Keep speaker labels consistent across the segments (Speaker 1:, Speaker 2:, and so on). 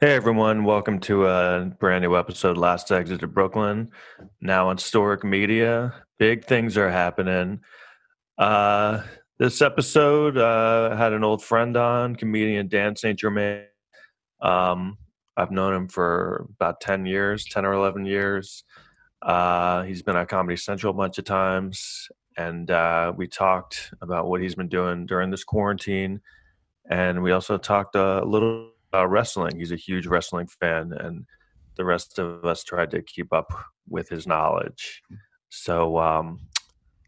Speaker 1: Hey everyone, welcome to a brand new episode of Last Exit to Brooklyn. Now on Storic Media, big things are happening. Uh, this episode uh, I had an old friend on, comedian Dan St. Germain. Um, I've known him for about 10 years, 10 or 11 years. Uh, he's been at Comedy Central a bunch of times, and uh, we talked about what he's been doing during this quarantine. And we also talked a little about wrestling. He's a huge wrestling fan, and the rest of us tried to keep up with his knowledge. So um,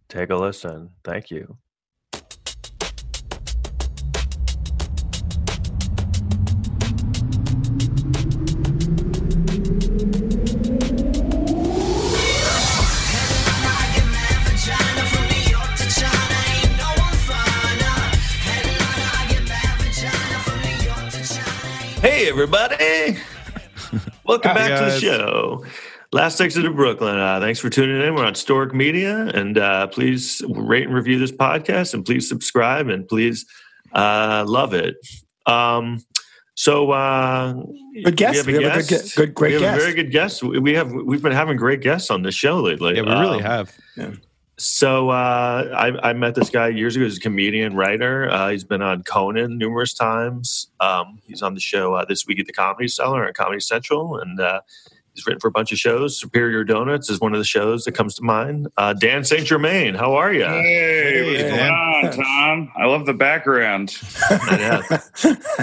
Speaker 1: take a listen. Thank you. Hey, everybody. Welcome
Speaker 2: Hi,
Speaker 1: back to the
Speaker 2: guys.
Speaker 1: show. Last Exit of Brooklyn. Uh, thanks for tuning in. We're on Storic Media. And uh, please rate and review this podcast and please subscribe and please uh, love it. Um, so, uh,
Speaker 3: Good guest. We have a good gu- good- great
Speaker 1: we have
Speaker 3: guest.
Speaker 1: A very good guest. We we have we've been having great guests on this show lately.
Speaker 2: Yeah, we really
Speaker 1: Um,
Speaker 2: have.
Speaker 1: So uh, I, I met this guy years ago. He's a comedian, writer. Uh, he's been on Conan numerous times. Um, he's on the show uh, this week at the Comedy Cellar at Comedy Central, and uh, he's written for a bunch of shows. Superior Donuts is one of the shows that comes to mind. Uh, Dan Saint Germain, how are you?
Speaker 4: Hey, what's
Speaker 2: Hey,
Speaker 4: going
Speaker 2: man.
Speaker 4: on, Tom? I love the background.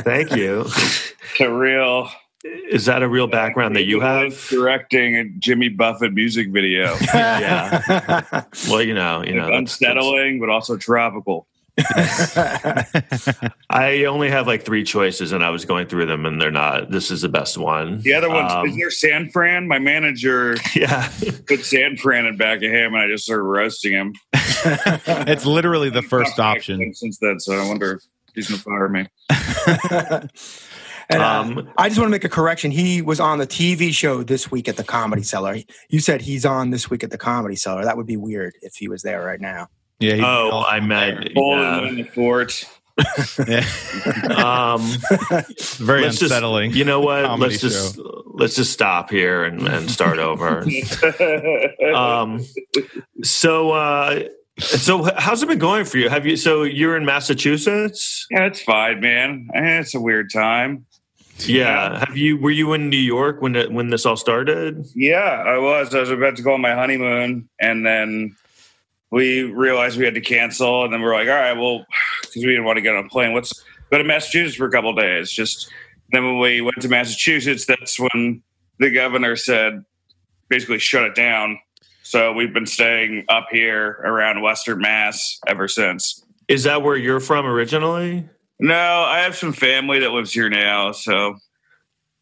Speaker 1: Thank you.
Speaker 4: It's a real
Speaker 1: Is that a real background that you have?
Speaker 4: directing a Jimmy Buffett music video.
Speaker 1: Yeah. Well, you know, you know, that's-
Speaker 4: unsettling, but also tropical.
Speaker 1: I only have like three choices, and I was going through them, and they're not. This is the best one.
Speaker 4: The other one's
Speaker 1: Um,
Speaker 4: is there San Fran? My manager
Speaker 1: yeah.
Speaker 4: put San Fran in back of him, and I just started roasting him.
Speaker 2: It's literally the first
Speaker 4: Talked back to
Speaker 2: option.
Speaker 4: him since then, so I wonder if he's gonna fire me.
Speaker 3: and, uh,
Speaker 1: Um,
Speaker 3: I just want to make a correction. He was on the TV show this week at the Comedy Cellar. You said he's on this week at the Comedy Cellar. That would be weird if he was there right now.
Speaker 2: Yeah. he-
Speaker 1: Oh, I meant.
Speaker 4: Hole
Speaker 1: yeah.
Speaker 4: in the fort.
Speaker 2: yeah.
Speaker 1: Um,
Speaker 2: It's very
Speaker 1: let's just-
Speaker 2: unsettling.
Speaker 1: you know what?
Speaker 2: Comedy
Speaker 1: Let's just let's just stop here and, and start over. um, so uh, so how's it been going for you? Have you so you're in Massachusetts?
Speaker 4: yeah, it's fine, man. Eh, It's a weird time.
Speaker 1: Yeah. Have you were you in New York when it, when this all started?
Speaker 4: Yeah, I was. I was about to go on my honeymoon, and then we realized we had to cancel. And then we were like, all right, well, because we didn't want to get on a plane, let's go to Massachusetts for a couple of days. Just then when we went to Massachusetts, that's when the governor said, basically, shut it down. So we've been staying up here around Western Mass ever since.
Speaker 1: Is that where you're from originally?
Speaker 4: No, I have some family that lives here now, so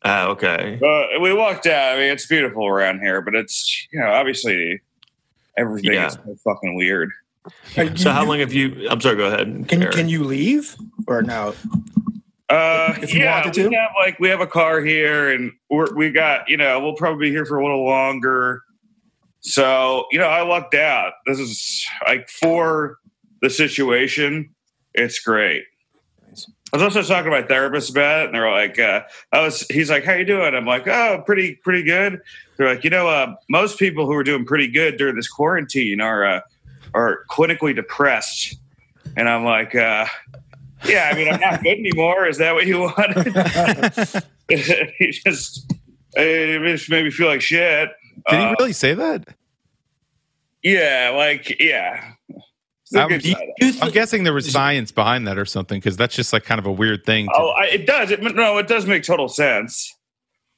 Speaker 1: Ah, okay.
Speaker 4: Uh, we walked out. I mean, it's beautiful around here, but it's you know obviously everything
Speaker 1: Yeah.
Speaker 4: is so fucking weird.
Speaker 3: Can
Speaker 1: So
Speaker 3: you-
Speaker 1: how long have you? I'm sorry. Go ahead.
Speaker 3: Can,
Speaker 1: Eric.
Speaker 3: can you leave or no?
Speaker 4: Uh,
Speaker 3: If you
Speaker 4: yeah,
Speaker 3: wanted to?
Speaker 4: we have like we have a car here, and we're, we got you know we'll probably be here for a little longer. So you know, I lucked out. This is like for the situation. It's great. I was also talking to my therapist about it, and they're like, uh, "I was." He's like, "How you doing?" I'm like, "Oh, pretty, pretty good." They're like, "You know, uh, most people who are doing pretty good during this quarantine are uh, are clinically depressed," and I'm like, uh, "Yeah, I mean, I'm not good anymore. Is that what you wanted?" he just it just made me feel like shit.
Speaker 2: Did he
Speaker 4: Uh,
Speaker 2: really say that?
Speaker 4: yeah, like yeah. It's a
Speaker 2: Um,
Speaker 4: good
Speaker 2: do you-
Speaker 4: side.
Speaker 1: Uh,
Speaker 2: I'm guessing there was science behind that or something because that's just like kind of a weird thing. To,
Speaker 4: Oh, I, it does. It, no, it does make total sense.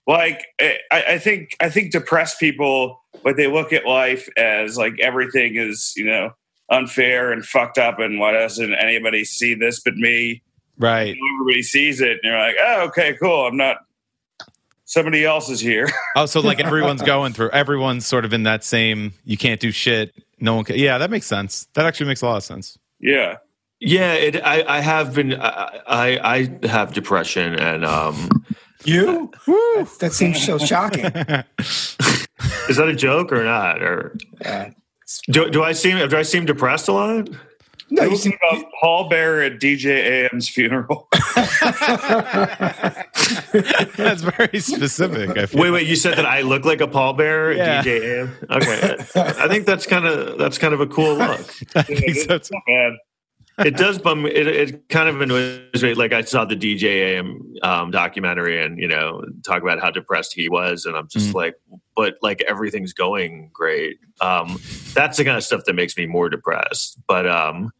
Speaker 4: Like eh, I, I think, I think depressed people, like they look at life as like everything is, you know, unfair and fucked up, and why doesn't anybody see this but me?
Speaker 2: right.
Speaker 4: And everybody sees it, and you're like, oh, okay, cool. I'm not. Somebody else is here.
Speaker 2: Oh, so like everyone's going through. Everyone's sort of in that same. You can't do shit. No one. Can, yeah, that makes sense. That actually makes a lot of sense.
Speaker 4: yeah,
Speaker 1: Yeah, it, I, I have been. I, I I have depression, and um,
Speaker 3: You? That, that seems so shocking.
Speaker 1: is that a joke or not? Or
Speaker 3: Uh,
Speaker 1: do, do I seem do I seem depressed a lot?
Speaker 3: no,
Speaker 4: It
Speaker 3: you
Speaker 4: was
Speaker 3: seem.
Speaker 4: Oh, about Paul Bear at DJ AM's funeral.
Speaker 2: That's very specific. I feel.
Speaker 1: Wait, wait. You said that I look like a pallbearer, at
Speaker 2: Yeah.
Speaker 1: DJ Am. Okay, I think that's kind of that's kind of a cool look.
Speaker 2: I think so.
Speaker 4: It's not bad.
Speaker 1: It does bum. me- It, it kind of annoys me. Like I saw the DJ Am um, documentary, and you know, talk about how depressed he was, and I'm just
Speaker 2: Mhm.
Speaker 1: like, but like everything's going great. Um, that's the kind of stuff that makes me more depressed. But um,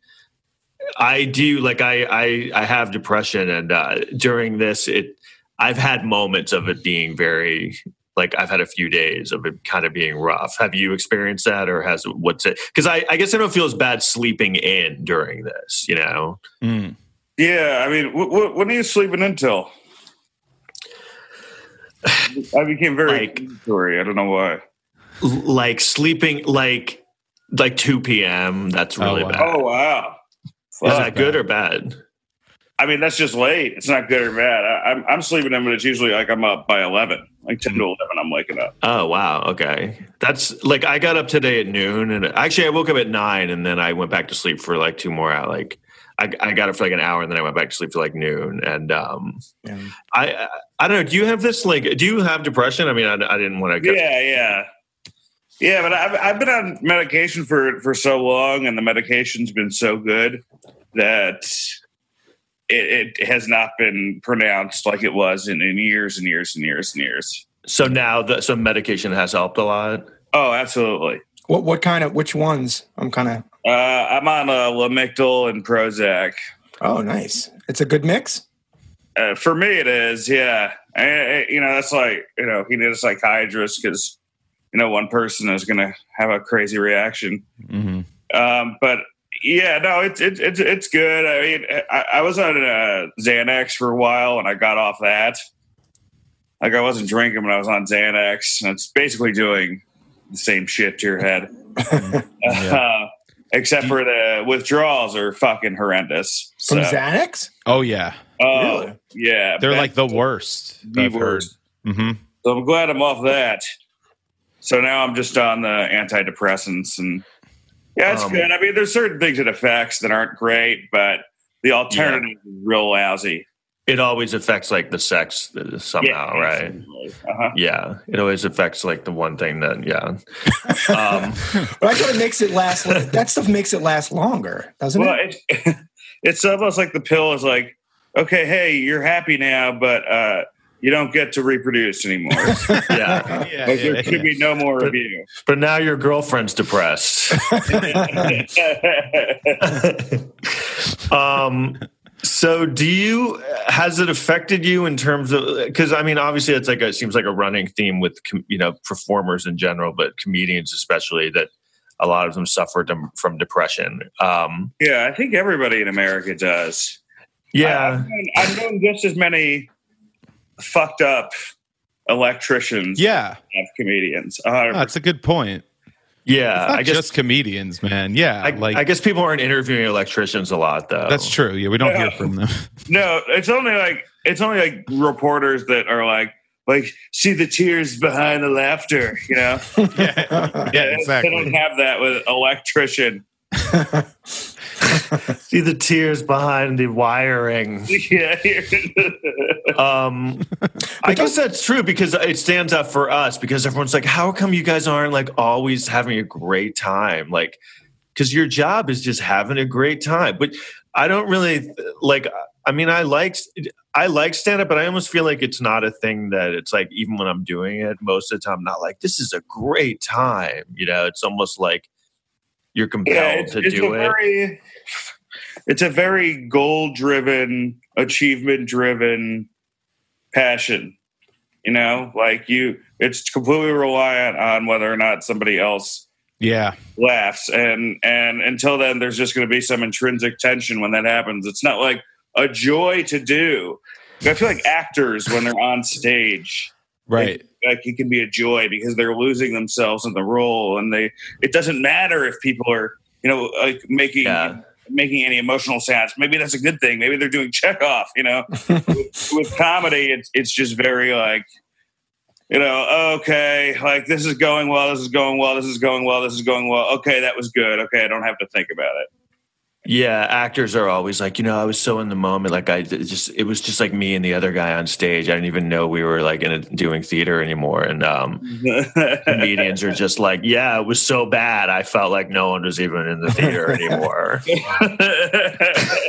Speaker 1: I do like I I, I have depression, and uh, during this, it I've had moments of it being very like I've had a few days of it kind of being rough. Have you experienced that, or has what's it? Because I I guess I don't feel as bad sleeping in during this. You know,
Speaker 2: Mm.
Speaker 4: Yeah, I mean, wh- wh- when are you sleeping until? I became very
Speaker 1: Like-
Speaker 4: sorry. I don't know why.
Speaker 1: L- like sleeping like like two p.m. That's really
Speaker 2: wow.
Speaker 1: bad.
Speaker 4: Oh wow,
Speaker 1: Is
Speaker 4: Fuck.
Speaker 1: that good or bad?
Speaker 4: I mean, that's just late. It's not good or bad. I, I'm I'm sleeping in, but it's usually like I'm up by eleven, like ten to eleven. I'm waking up.
Speaker 1: Oh wow, okay. That's like I got up today at noon, and actually I woke up at nine, and then I went back to sleep for like two more hours. Like I, I got up for like an hour, and then I went back to sleep for like noon. And um,
Speaker 3: Yeah.
Speaker 1: I I- I don't know. Do you have this like? Do you have depression? I mean, I, I didn't want to.
Speaker 4: Yeah, yeah, yeah. But I've I've been on medication for for so long, and the medication's been so good that it, it has not been pronounced like it was in, in years and years and years and years.
Speaker 1: So now that some medication has helped a lot.
Speaker 4: Oh, absolutely.
Speaker 3: What what kind of which ones? I'm kind of.
Speaker 4: Uh, I'm on uh, Lamictal and Prozac.
Speaker 3: Oh, nice. It's a good mix.
Speaker 4: Uh, for me, it is. Yeah, I, I- you know, that's like you know, he need a psychiatrist because you know one person is going to have a crazy reaction.
Speaker 2: hmm
Speaker 4: Um, but yeah, no, it's it's it's it's good. I mean, I, I was on uh, Xanax for a while, and I got off that. Like I wasn't drinking, but I was on Xanax, and it's basically doing the same shit to your head, uh, except for the withdrawals are fucking horrendous.
Speaker 3: From
Speaker 4: So,
Speaker 3: Xanax?
Speaker 2: Oh yeah,
Speaker 4: oh
Speaker 3: Really?
Speaker 4: yeah,
Speaker 2: they're
Speaker 4: bad-
Speaker 2: like the worst.
Speaker 4: the worst.
Speaker 2: hmm
Speaker 4: So I'm glad I'm off that. So now I'm just on the antidepressants and yeah, it's
Speaker 1: Um,
Speaker 4: good. I mean, there's certain things it affects that aren't great, but the alternative is real lousy.
Speaker 1: It always affects like the sex uh, somehow,
Speaker 4: Yeah,
Speaker 1: right?
Speaker 4: absolutely. Uh-huh.
Speaker 1: Yeah, it always affects like the one thing that yeah. Um,
Speaker 3: But I thought it makes it last. that stuff makes it last longer, doesn't
Speaker 4: Well,
Speaker 3: it?
Speaker 4: it, it's almost like the pill is like, okay, hey, you're happy now, but uh, you don't get to reproduce anymore.
Speaker 1: yeah,
Speaker 2: Yeah, yeah,
Speaker 4: like, there
Speaker 2: yeah.
Speaker 4: should be no more of you.
Speaker 1: but now your girlfriend's depressed. um so do you has it affected you in terms of because i mean obviously it's like a, it seems like a running theme with com- you know performers in general but comedians especially that a lot of them suffer dem- from depression um
Speaker 4: yeah, I think everybody in America does.
Speaker 1: yeah
Speaker 4: I, have known just as many fucked up electricians
Speaker 2: yeah.
Speaker 4: as comedians. Uh,
Speaker 2: No,
Speaker 4: 100%.
Speaker 2: that's Ah, a good point.
Speaker 1: yeah
Speaker 3: Uh,
Speaker 2: It's not
Speaker 1: i guess
Speaker 2: just comedians, man. Yeah,
Speaker 1: I,
Speaker 2: like
Speaker 1: I guess people aren't interviewing electricians a lot though
Speaker 2: that's true. Yeah, we don't
Speaker 4: Yeah.
Speaker 2: hear from them.
Speaker 4: No, it's only like it's only like reporters that are like like see the tears behind the laughter, you know?
Speaker 2: yeah, yeah,
Speaker 4: They don't
Speaker 2: exactly.
Speaker 4: have that with electrician.
Speaker 1: see the tears behind the wiring
Speaker 4: yeah.
Speaker 1: um i
Speaker 3: But
Speaker 1: guess that's true because it stands out for us because everyone's like how come you guys aren't like always having a great time like because your job is just having a great time but i don't really like i mean i like i like stand up but i almost feel like it's not a thing that it's like even when i'm doing it most of the time I'm not like this is a great time you know it's almost like you're compelled
Speaker 4: yeah it's,
Speaker 1: to
Speaker 4: it's
Speaker 1: do
Speaker 4: a
Speaker 1: it
Speaker 4: very it's a very goal driven, achievement driven passion. You know, like you it's completely reliant on whether or not somebody else
Speaker 2: Yeah,
Speaker 4: laughs and and until then there's just going to be some intrinsic tension when that happens it's not like a joy to do i feel like actors when they're on stage
Speaker 2: right.
Speaker 4: like it can be a joy because they're losing themselves in the role and they it doesn't matter if people are you know like making
Speaker 1: Yeah.
Speaker 4: making any emotional sounds maybe that's a good thing maybe they're doing checkoff you know with, with comedy it's, it's just very like you know okay like this is going well this is going well this is going well this is going well okay that was good okay i don't have to think about it
Speaker 1: Yeah, actors are always like, you know, I was so in the moment. Like, I it just, it was just like me and the other guy on stage. I didn't even know we were like in a, doing theater anymore. And um, comedians are just like, yeah, it was so bad. I felt like no one was even in the theater anymore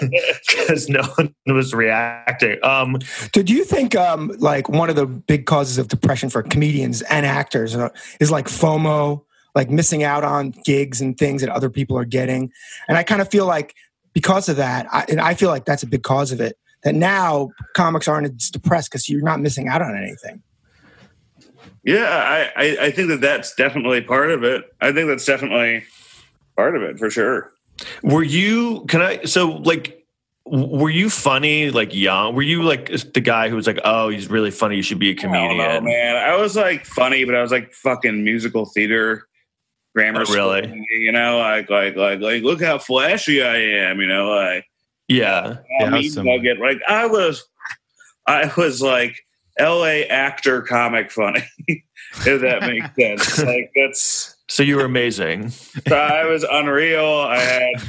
Speaker 1: because no one was reacting. Um,
Speaker 3: Did you think um, like one of the big causes of depression for comedians and actors are- is like FOMO, like missing out on gigs and things that other people are getting? And I kind of feel like because of that, I, and I feel like that's a big cause of it. That now comics aren't as depressed because you're not missing out on anything.
Speaker 4: yeah, I, I, I think that that's definitely part of it. I think that's definitely part of it for sure.
Speaker 1: were you? Can I? So like. w- Were you funny, like young? Were you like the guy who was like, "Oh, he's really funny. You should be a comedian."
Speaker 4: I don't know, man. I was like funny, but I was like fucking musical theater grammar.
Speaker 1: Oh, really?
Speaker 4: school, you know, like like like like look how flashy I am. You know, like
Speaker 1: Yeah,
Speaker 2: Yeah,
Speaker 4: I
Speaker 2: I
Speaker 4: mean,
Speaker 2: was similar.
Speaker 4: bug it. like I was, I was like L.A. actor comic funny. if that makes sense, like that's.
Speaker 1: so you were amazing.
Speaker 4: So I was unreal. I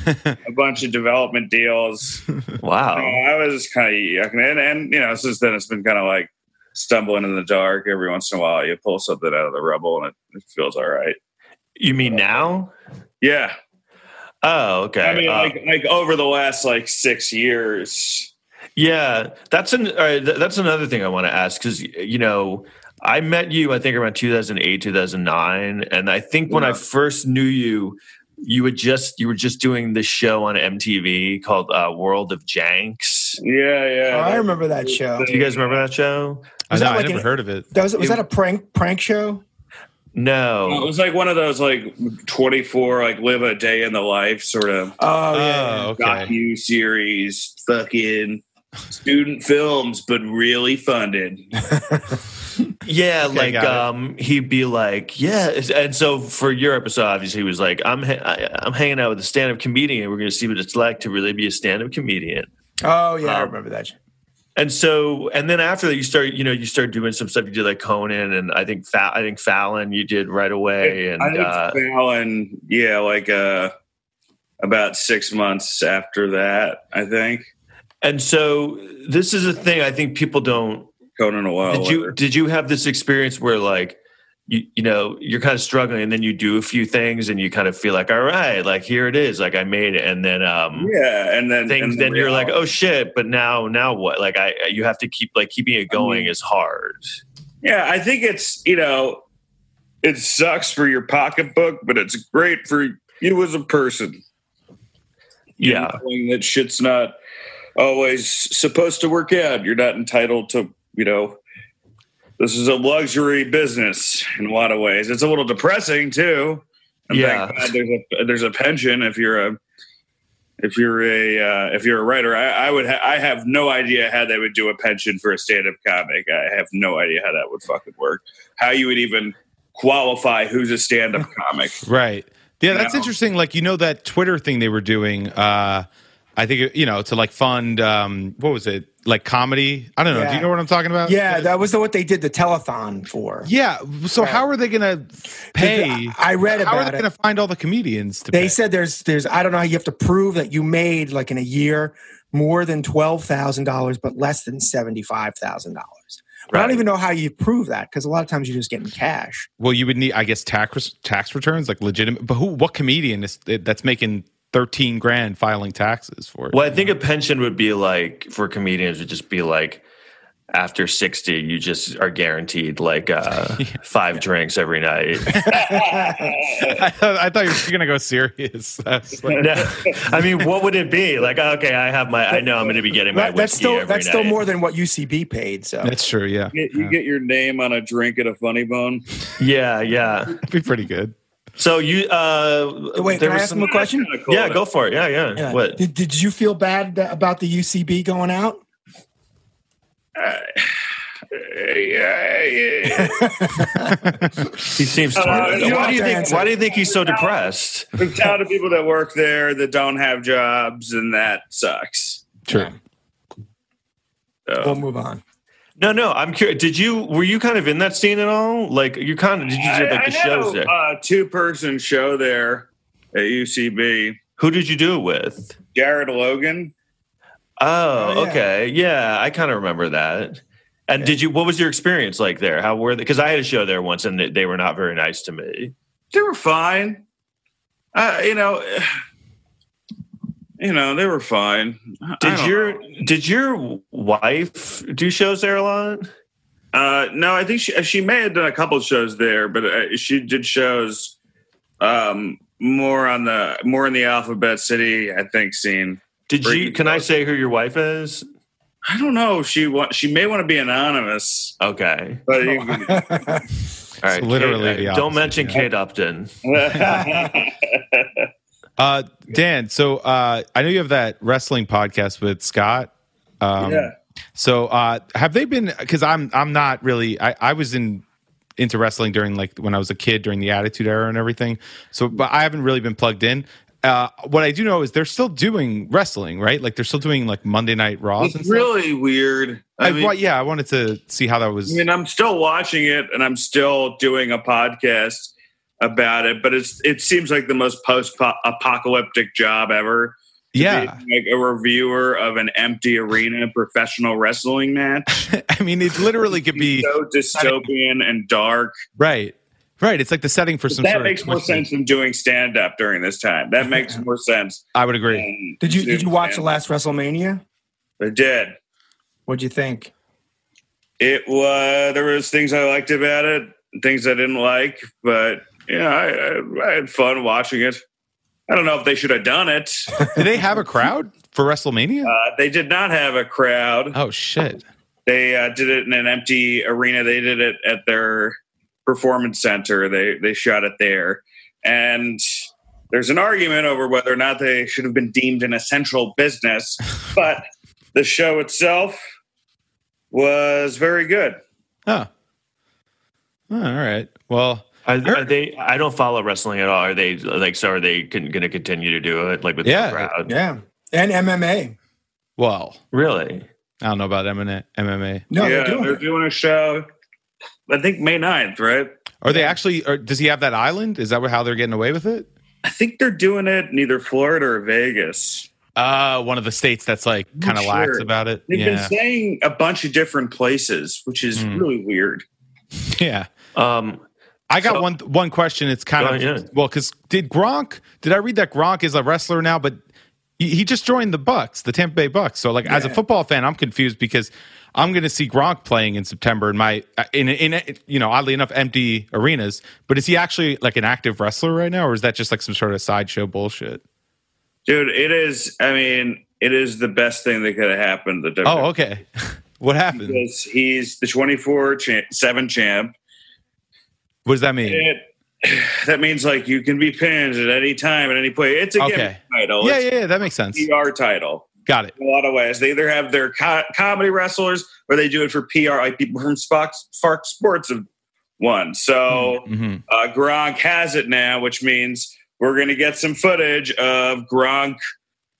Speaker 4: had a bunch of development deals.
Speaker 1: Wow.
Speaker 4: Oh, I was kind of yucking it. And, you know, since then, it's been kind of like stumbling in the dark. Every once in a while, you pull something out of the rubble and it, it feels all right.
Speaker 1: You mean now?
Speaker 4: Yeah.
Speaker 1: Oh, okay.
Speaker 4: uh, I mean,
Speaker 1: Uh,
Speaker 4: like, like over the last like six years.
Speaker 1: yeah, that's an all right, th- that's another thing I want to ask because you know I met you I think around 2008 2009, and I think when I
Speaker 4: Yeah.
Speaker 1: first knew you, you had just you were just doing this show on MTV called uh, World of Janks.
Speaker 4: Yeah. Yeah.
Speaker 3: Oh, I remember that show.
Speaker 1: Do you guys remember that show?
Speaker 2: I,
Speaker 3: Was
Speaker 2: know,
Speaker 3: that
Speaker 2: I
Speaker 3: like
Speaker 2: never
Speaker 3: an-
Speaker 2: heard of it.
Speaker 3: That was, was that a prank prank show?
Speaker 4: It
Speaker 1: No.
Speaker 4: was like one of those like 24, like live a day in the life sort of
Speaker 3: Oh,
Speaker 2: Oh,
Speaker 3: yeah.
Speaker 2: okay.
Speaker 4: docu series, fucking student films, but really funded.
Speaker 1: Yeah,
Speaker 2: Okay,
Speaker 1: like
Speaker 2: got it.
Speaker 1: um, he'd be like, yeah, it's- and so for your episode, obviously, he was like, I'm ha- I, I'm hanging out with a stand-up comedian. We're going to see what it's like to really be a stand-up comedian.
Speaker 3: Oh yeah, I
Speaker 1: Um,
Speaker 3: remember that. show.
Speaker 1: And so, and then after that, you start, you know, you start doing some stuff. You did like Conan, and I think Fa- I think Fallon, you did right away, and
Speaker 4: I think
Speaker 1: uh,
Speaker 4: Fallon, yeah, like uh, about six months after that, I think
Speaker 1: and so this is a thing I think people don't.
Speaker 4: Conan a while.
Speaker 1: Did you
Speaker 4: later.
Speaker 1: did you have this experience where like you you know you're kind of struggling, and then you do a few things, and you kind of feel like, all right, like here it is, like I made it, and then um.
Speaker 4: Yeah, and then
Speaker 1: Things
Speaker 4: and
Speaker 1: then you're like,
Speaker 4: reality-
Speaker 1: oh shit! But now, now what? Like, I you have to keep like keeping it going is hard. oh,
Speaker 4: yeah. I think it's you know, it sucks for your pocketbook, but it's great for you as a person. You
Speaker 1: Yeah,
Speaker 4: knowing that shit's not always supposed to work out. You're not entitled to you know. This is a luxury business in a lot of ways. It's a little depressing too. And
Speaker 1: yeah.
Speaker 4: thank God there's a there's a pension if you're a if you're a uh, if you're a writer. I, I would ha- I have no idea how they would do a pension for a stand up comic. I have no idea how that would fucking work. How you would even qualify who's a stand up comic?
Speaker 2: Right. Yeah, that's
Speaker 4: No.
Speaker 2: interesting. Like you know that Twitter thing they were doing. Uh, I think you know to like fund um, what was it like comedy? I don't know. Do
Speaker 3: Yeah.
Speaker 2: you know what I'm talking about?
Speaker 3: Yeah, that was the, what they did the telethon for.
Speaker 2: Yeah. So
Speaker 3: Right.
Speaker 2: how are they going to pay?
Speaker 3: I read
Speaker 2: how are
Speaker 3: about
Speaker 2: they
Speaker 3: it.
Speaker 2: going to find all the comedians to
Speaker 3: They
Speaker 2: pay?
Speaker 3: said there's there's I don't know how you have to prove that you made like in a year more than twelve thousand dollars, but less than seventy five thousand dollars. But I
Speaker 1: Right.
Speaker 3: don't even know how you prove that because a lot of times you're just getting cash.
Speaker 2: well, you would need, I guess, tax tax returns, like legitimate. But who? What comedian is eh, that's making thirteen grand filing taxes for it?
Speaker 1: Well, I think a pension would be like for comedians would just be like after sixty, you just are guaranteed like uh, five drinks every night.
Speaker 2: I, thought- I thought you were going to go serious. I was like,
Speaker 1: No, I mean, what would it be like? oh, Okay, I have my. I know I'm going to be getting my
Speaker 3: That-
Speaker 1: whiskey
Speaker 3: that's still
Speaker 1: every
Speaker 3: that's still
Speaker 1: night.
Speaker 3: more than what UCB paid. So
Speaker 2: that's true. Yeah,
Speaker 4: You, you get your name on a drink at a funny bone.
Speaker 1: Yeah, yeah.
Speaker 2: that'd be pretty good.
Speaker 1: So you uh,
Speaker 3: wait,
Speaker 1: there
Speaker 3: can I
Speaker 1: was
Speaker 3: ask
Speaker 1: some-
Speaker 3: him a question?
Speaker 4: Kinda cool.
Speaker 1: Yeah, go for it. Yeah, yeah.
Speaker 3: Yeah.
Speaker 1: What?
Speaker 3: Did, did you feel bad tha- about the UCB going out?
Speaker 4: Yeah, yeah, yeah.
Speaker 1: He seems.
Speaker 4: Uh,
Speaker 1: torn.
Speaker 4: you
Speaker 1: why
Speaker 4: have
Speaker 1: do you
Speaker 3: to
Speaker 1: think?
Speaker 3: answer.
Speaker 1: Why do you think he's so depressed?
Speaker 4: There's a ton of people that work there that don't have jobs, and that sucks.
Speaker 2: True.
Speaker 4: So,
Speaker 3: We'll move on.
Speaker 1: No, no. I'm curious. Did you? Were you kind of in that scene at all? Like you kind of? Did you do like the
Speaker 4: had
Speaker 1: shows
Speaker 4: a,
Speaker 1: there?
Speaker 4: Uh, two person show there at UCB.
Speaker 1: Who did you do it with?
Speaker 4: Jared Logan.
Speaker 1: Oh,
Speaker 3: Oh, yeah.
Speaker 1: okay. Yeah, I kind of remember that. And did you? What was your experience like there? How were they? Because I had a show there once, and they, they were not very nice to me.
Speaker 4: They were fine. Uh, you know, you know, they were fine. I
Speaker 1: Did
Speaker 4: don't
Speaker 1: your
Speaker 4: know.
Speaker 1: Did your wife do shows there a lot?
Speaker 4: Uh, no, I think she she may have done a couple shows there, but uh, she did shows um, more on the more in the Alphabet City, I think, scene.
Speaker 1: Did
Speaker 4: Or
Speaker 1: you?
Speaker 4: you-
Speaker 1: Can I say who your wife is?
Speaker 4: I don't know. She wa- she may want to be anonymous,
Speaker 1: Okay,
Speaker 4: but
Speaker 3: Oh.
Speaker 1: all right.
Speaker 2: literally
Speaker 1: Kate- uh,
Speaker 2: the
Speaker 1: don't
Speaker 2: opposite,
Speaker 1: mention
Speaker 2: yeah.
Speaker 1: Kate Upton.
Speaker 2: Uh, Dan, so uh, I know you have that wrestling podcast with Scott. Um,
Speaker 4: Yeah.
Speaker 2: So uh, have they been? Because I'm I'm not really. I, I was in into wrestling during like when I was a kid during the Attitude Era and everything. So, but I haven't really been plugged in. Uh, what I do know is they're still doing wrestling, right? Like they're still doing like Monday Night Raws. And
Speaker 4: it's
Speaker 2: stuff.
Speaker 4: really weird.
Speaker 2: I,
Speaker 4: I mean,
Speaker 2: well, yeah, I wanted to see how that
Speaker 4: I
Speaker 2: was.
Speaker 4: mean, I'm still watching it, and I'm still doing a podcast about it. But it's it seems like the most post apocalyptic job ever.
Speaker 2: yeah,
Speaker 4: being, like a reviewer of an empty arena professional wrestling match.
Speaker 2: I mean, it literally could be
Speaker 4: so dystopian and dark.
Speaker 2: right, right. It's like the setting for some.
Speaker 4: that
Speaker 2: sort
Speaker 4: makes
Speaker 2: of
Speaker 4: more sense than doing stand up during this time. That makes more sense.
Speaker 2: I would agree.
Speaker 4: than
Speaker 3: Did you did you
Speaker 4: doing
Speaker 3: watch the last
Speaker 4: stand-up.
Speaker 3: WrestleMania?
Speaker 4: I did.
Speaker 3: What'd you think?
Speaker 4: It was there was things I liked about it, things I didn't like, but yeah, I, I, I had fun watching it. I don't know if they should have done it. uh,
Speaker 2: Do they have a crowd for WrestleMania?
Speaker 4: they did not have a crowd.
Speaker 2: oh shit!
Speaker 4: they uh, did it in an empty arena. They did it at their performance center. They they shot it there, and there's an argument over whether or not they should have been deemed an essential business. But the show itself was very good.
Speaker 2: Oh. Oh, all right. Well,
Speaker 1: Are, are they? I don't follow wrestling at all. Are they like? So are they con- going to continue to do it? Like with
Speaker 2: Yeah.
Speaker 1: the crowd?
Speaker 3: Yeah, and MMA.
Speaker 2: well,
Speaker 1: Really?
Speaker 2: I don't know about M&A MMA.
Speaker 3: No,
Speaker 4: yeah,
Speaker 3: they're doing it.
Speaker 4: a show. I think May 9th, right?
Speaker 2: Are they actually? Or does he have that island? Is that what- how they're getting away with it?
Speaker 4: I think they're doing it in either Florida or Vegas.
Speaker 2: Uh one of the states that's like
Speaker 4: I'm not
Speaker 2: kind of lax
Speaker 4: sure.
Speaker 2: about it.
Speaker 4: They've
Speaker 2: Yeah,
Speaker 4: been saying a bunch of different places, which is
Speaker 2: Hmm.
Speaker 4: really weird.
Speaker 2: yeah.
Speaker 1: Um,
Speaker 2: I got
Speaker 1: So-
Speaker 2: one one question. It's kind
Speaker 1: Go
Speaker 2: of
Speaker 1: ahead, yeah.
Speaker 2: well because did Gronk? Did I read that Gronk is a wrestler now? But he, he just joined the Bucks, the Tampa Bay Bucks. So like as a
Speaker 3: Yeah.
Speaker 2: football fan, I'm confused because I'm going to see Gronk playing in September in my in in you know oddly enough empty arenas. But is he actually like an active wrestler right now, or is that just like some sort of sideshow bullshit?
Speaker 4: Dude, it is. I mean, it is the best thing that could have happened. To WWE.
Speaker 2: Oh, okay. what happened?
Speaker 4: Because he's the twenty-four cha- seven champ.
Speaker 2: What does that mean?
Speaker 4: It, that means like you can be pinned at any time at any place. It's a
Speaker 2: Okay.
Speaker 4: gimmick title.
Speaker 2: Yeah,
Speaker 4: it's
Speaker 2: yeah, yeah. That makes sense.
Speaker 4: a PR title
Speaker 2: Got it.
Speaker 4: in a lot of ways. They either have their co- comedy wrestlers or they do it for PR. Like people from Fox, Fox Sports have won. So
Speaker 2: Mhm.
Speaker 4: uh, Gronk has it now, which means we're going to get some footage of Gronk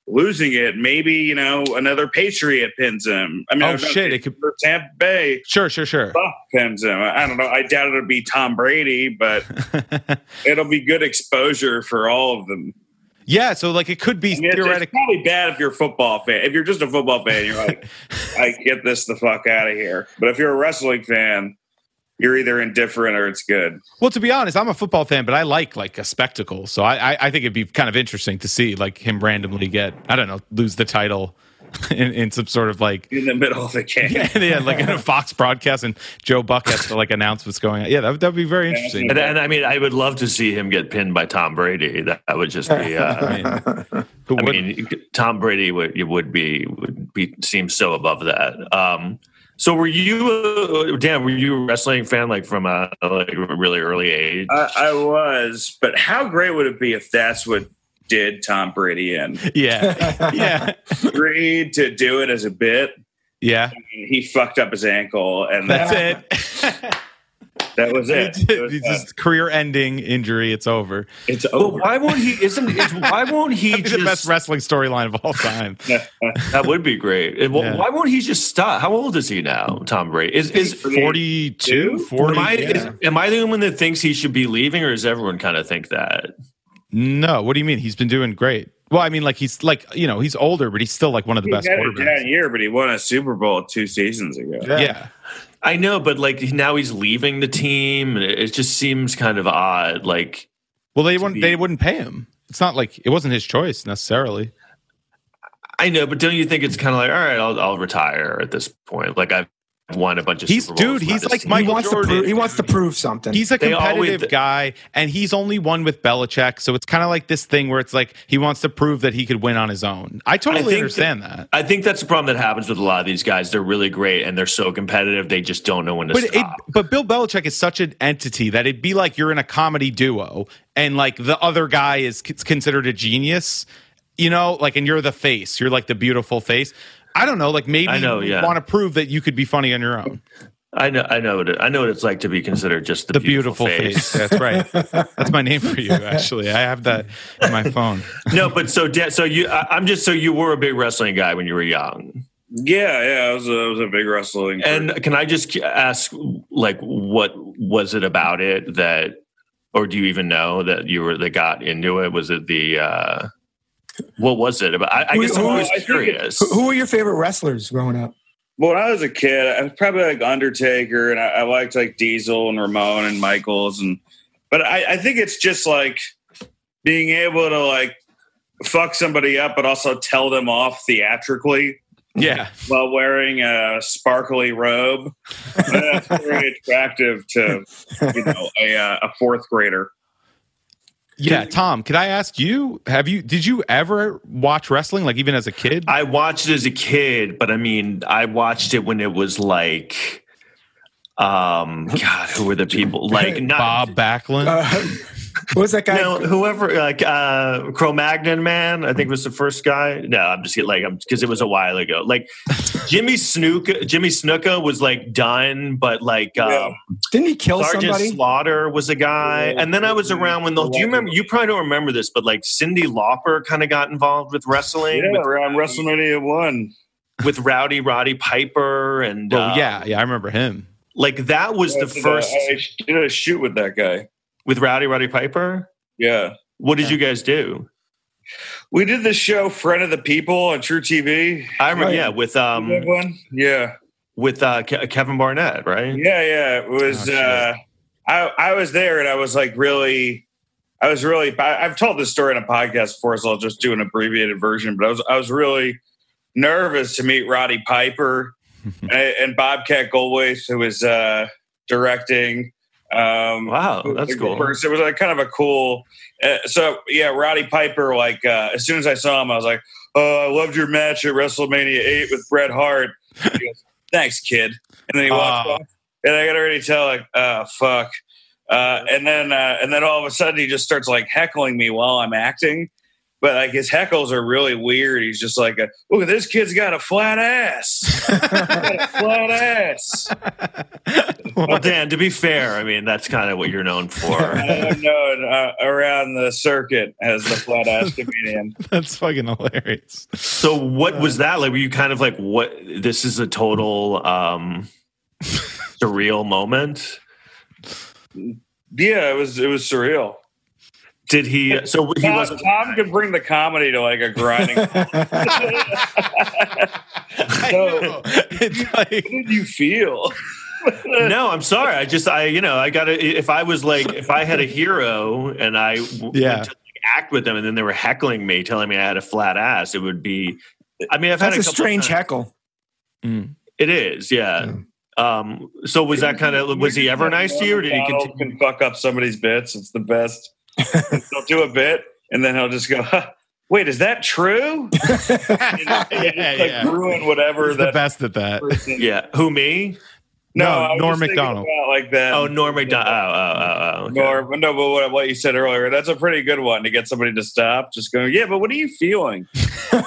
Speaker 4: losing it. Maybe you know another Patriot pins him. I mean,
Speaker 2: Oh,
Speaker 4: I don't know,
Speaker 2: shit, it could-
Speaker 4: or Tampa Bay
Speaker 2: Sure, sure, sure.
Speaker 4: Buck pins him. I don't know. I doubt it'll be Tom Brady, but it'll be good exposure for all of them.
Speaker 2: yeah, so like it could be
Speaker 4: I mean, it's, it's
Speaker 2: theoretic.
Speaker 4: probably bad if you're a football fan. If you're just a football fan, you're like, I get this the fuck out of here. But if you're a wrestling fan, you're either indifferent or it's good.
Speaker 2: Well, to be honest, I'm a football fan, but I like like a spectacle. So I, I, I think it'd be kind of interesting to see like him randomly get I don't know lose the title in, in some sort of like
Speaker 4: In the middle of the game.
Speaker 2: yeah, yeah, like in a Fox broadcast and Joe Buck has to like announce what's going on. Yeah, that would that'd be very interesting.
Speaker 1: and, and I mean, I would love to see him get pinned by Tom Brady. That, that would just be. Uh,
Speaker 2: I mean, who
Speaker 1: I
Speaker 2: would
Speaker 1: mean, Tom Brady would you would be would be seems so above that. Um, so were you, uh, Dan? Were you a wrestling fan like from a like a really early age?
Speaker 4: I, I was, but how great would it be if that's what did Tom Brady in?
Speaker 2: yeah, yeah,
Speaker 4: Agreed to do it as a bit.
Speaker 2: yeah.
Speaker 4: And he fucked up his ankle, and that,
Speaker 2: That's it.
Speaker 4: that was it. It was,
Speaker 2: It's
Speaker 4: uh,
Speaker 2: just career-ending injury. It's over.
Speaker 4: it's
Speaker 1: But
Speaker 4: over.
Speaker 1: why won't he? Isn't it's, why won't he
Speaker 2: That'd be
Speaker 1: just?
Speaker 2: the best wrestling storyline of all time.
Speaker 1: that would be great. And wh-
Speaker 2: Yeah.
Speaker 1: Why won't he just stop? How old is he now, Tom Brady? Is is
Speaker 2: 42, 40,
Speaker 1: am I
Speaker 2: yeah.
Speaker 1: is, am I the only one that thinks he should be leaving, or does everyone kind of think that?
Speaker 2: No, what do you mean? He's been doing great. Well, I mean, like he's like you know he's older, but he's still like one of the
Speaker 4: He
Speaker 2: best
Speaker 4: had a
Speaker 2: quarterbacks.
Speaker 4: down year, but he won a Super Bowl two seasons ago.
Speaker 2: Yeah.
Speaker 1: I know, but like now he's leaving the team. and It it just seems kind of odd. Like
Speaker 2: Well, they wouldn't.
Speaker 1: be-
Speaker 2: They wouldn't pay him. It's not like it wasn't his choice necessarily.
Speaker 1: I know, but don't you think it's kind of like, all right, I'll, I'll retire at this point? Like I've won a bunch of.
Speaker 2: He's-
Speaker 1: Super Bowls
Speaker 2: dude,
Speaker 1: by
Speaker 2: he's
Speaker 1: this
Speaker 2: like
Speaker 1: team.
Speaker 2: Michael
Speaker 3: he wants
Speaker 2: Jordan,
Speaker 3: to prove, he wants to prove something.
Speaker 2: He's a
Speaker 1: They
Speaker 2: competitive
Speaker 1: always-
Speaker 2: guy, and he's only won with Belichick. So it's kind of like this thing where it's like he wants to prove that he could win on his own. I
Speaker 1: I
Speaker 2: totally
Speaker 1: think
Speaker 2: understand that.
Speaker 1: I think that's the problem that happens with a lot of these guys. They're really great and they're so competitive. They just don't know when to
Speaker 2: But it,
Speaker 1: stop.
Speaker 2: but Bill Belichick is such an entity that it'd be like you're in a comedy duo, and like the other guy is c- considered a genius, you know, like and you're the face, you're like the beautiful face. I don't know, like maybe
Speaker 1: I know,
Speaker 2: you
Speaker 1: yeah.
Speaker 2: want to prove that you could be funny on your own.
Speaker 1: I know, I know, what it, I know what it's like to be considered just the,
Speaker 2: The beautiful, face. That's right. That's my name for you. Actually, I have that in my phone.
Speaker 1: no, but so Dan, so you, I, I'm just so you were a big wrestling guy when you were young.
Speaker 4: Yeah, yeah, it was a, it was a big wrestling.
Speaker 1: And can I just ask, like, what was it about it that, or do you even know that you were that got into it? Was it the, uh what was it about? I, I
Speaker 3: Who-
Speaker 1: guess I'm
Speaker 3: who-
Speaker 1: always
Speaker 4: I think it-
Speaker 1: curious.
Speaker 3: Who- Who were your favorite wrestlers growing up?
Speaker 4: Well, when I was a kid, I was probably like Undertaker, and I, I liked like Diesel and Ramon and Michaels, and but I, I think it's just like being able to like fuck somebody up, but also tell them off theatrically
Speaker 2: Yeah,
Speaker 4: while wearing a sparkly robe. That's very attractive to you know a, uh, a fourth grader.
Speaker 2: yeah. Tom, could I ask you? Have you? Did you ever watch wrestling? Like even as a kid?
Speaker 1: I watched it as a kid, but I mean, I watched it when it was like, um, God, who were the people? Like, not
Speaker 2: Bob Backlund.
Speaker 3: Uh, what was that guy?
Speaker 1: No, whoever like uh Cro-Magnon man, I think was the first guy. No, I'm just kidding, like I'm because it was a while ago. Like Jimmy Snuka, Jimmy Snuka was like done, but like um,
Speaker 3: Didn't he kill
Speaker 1: Sergeant
Speaker 3: somebody?
Speaker 1: Slaughter was a guy, and then I was around when the. Do you remember? You probably don't remember this, but like Cindy Lauper kind of got involved with wrestling
Speaker 4: Yeah,
Speaker 1: with,
Speaker 4: around WrestleMania one.
Speaker 1: with Rowdy Roddy Piper, and
Speaker 2: well,
Speaker 1: uh,
Speaker 2: Oh, yeah, yeah. I remember him.
Speaker 1: like that was
Speaker 4: I
Speaker 1: the
Speaker 4: did a-
Speaker 1: first
Speaker 4: uh, I did a shoot with that guy.
Speaker 1: with Rowdy Roddy Piper.
Speaker 4: Yeah.
Speaker 1: What did you guys do?
Speaker 4: We did the show Friend of the People on True TV.
Speaker 1: I remember,
Speaker 3: Right.
Speaker 1: yeah, with
Speaker 4: That
Speaker 1: um
Speaker 4: one? Yeah.
Speaker 1: with uh, Ke- Kevin Barnett, right?
Speaker 4: Yeah, yeah. It
Speaker 2: Oh,
Speaker 4: was
Speaker 2: shit.
Speaker 4: uh I I was there and I was like really I was really I, I've told this story in a podcast before, so I'll just do an abbreviated version, but I was I was really nervous to meet Roddy Piper and, and Bobcat Goldwaith, who was uh directing. Um
Speaker 1: Wow,
Speaker 4: who-
Speaker 1: that's cool.
Speaker 4: first. It was like kind of a cool. Uh, so yeah, Roddy Piper. Like uh, as soon as I saw him, I was like, "Oh, I loved your match at WrestleMania Eight with Bret Hart." He goes, Thanks, kid. And then he walked
Speaker 2: Aw.
Speaker 4: off, and I could already tell, like, "Oh, fuck." Uh, and then uh, and then all of a sudden, he just starts like heckling me while I'm acting. But like his heckles are really weird. He's just like, a, "Look, this kid's got a flat ass, Got a flat ass."
Speaker 1: Well, Dan, to be fair, I mean that's kind of what you're known for.
Speaker 4: I am known uh, around the circuit as the flat ass comedian.
Speaker 2: That's fucking hilarious.
Speaker 1: So, what was that like? Were you kind of like, what? This is a total um, surreal moment.
Speaker 4: Yeah, it was it was surreal.
Speaker 1: Did he? uh, So he
Speaker 4: Tom,
Speaker 1: was.
Speaker 4: Tom could bring the comedy to like a grinding. How
Speaker 2: I
Speaker 4: So-
Speaker 2: know. It's like
Speaker 4: did you feel?
Speaker 1: No, I'm sorry. I just, I, you know, I got to. If I was like, if I had a hero and I w-
Speaker 2: Yeah.
Speaker 1: went to like, act with them, and then they were heckling me, telling me I had a flat ass, it would be. I mean, I've
Speaker 3: That's
Speaker 1: had
Speaker 3: a
Speaker 1: couple
Speaker 3: strange
Speaker 1: times-
Speaker 3: heckle.
Speaker 2: Mm.
Speaker 1: It is, yeah. Um, so was that kind of was he ever nice to you, or did he
Speaker 4: Donald
Speaker 1: continue?
Speaker 4: can fuck up somebody's bits? It's the best. he'll do a bit, and then he'll just go. "Huh, Wait, is that true? And
Speaker 2: yeah,
Speaker 4: just, like,
Speaker 2: yeah.
Speaker 4: Ruin whatever
Speaker 2: He's the
Speaker 4: that
Speaker 2: best at that.
Speaker 4: person.
Speaker 1: Yeah, who
Speaker 4: Um,
Speaker 1: me?
Speaker 4: No,
Speaker 2: No,
Speaker 4: I was
Speaker 2: Norm
Speaker 4: just thinking
Speaker 2: Macdonald.
Speaker 4: about, Like that.
Speaker 1: Oh, Norm McDonald. Oh, oh, oh, oh, okay.
Speaker 4: Or no, but what, what you said earlier, that's a pretty good one to get somebody to stop. Just going, yeah, but what are you feeling?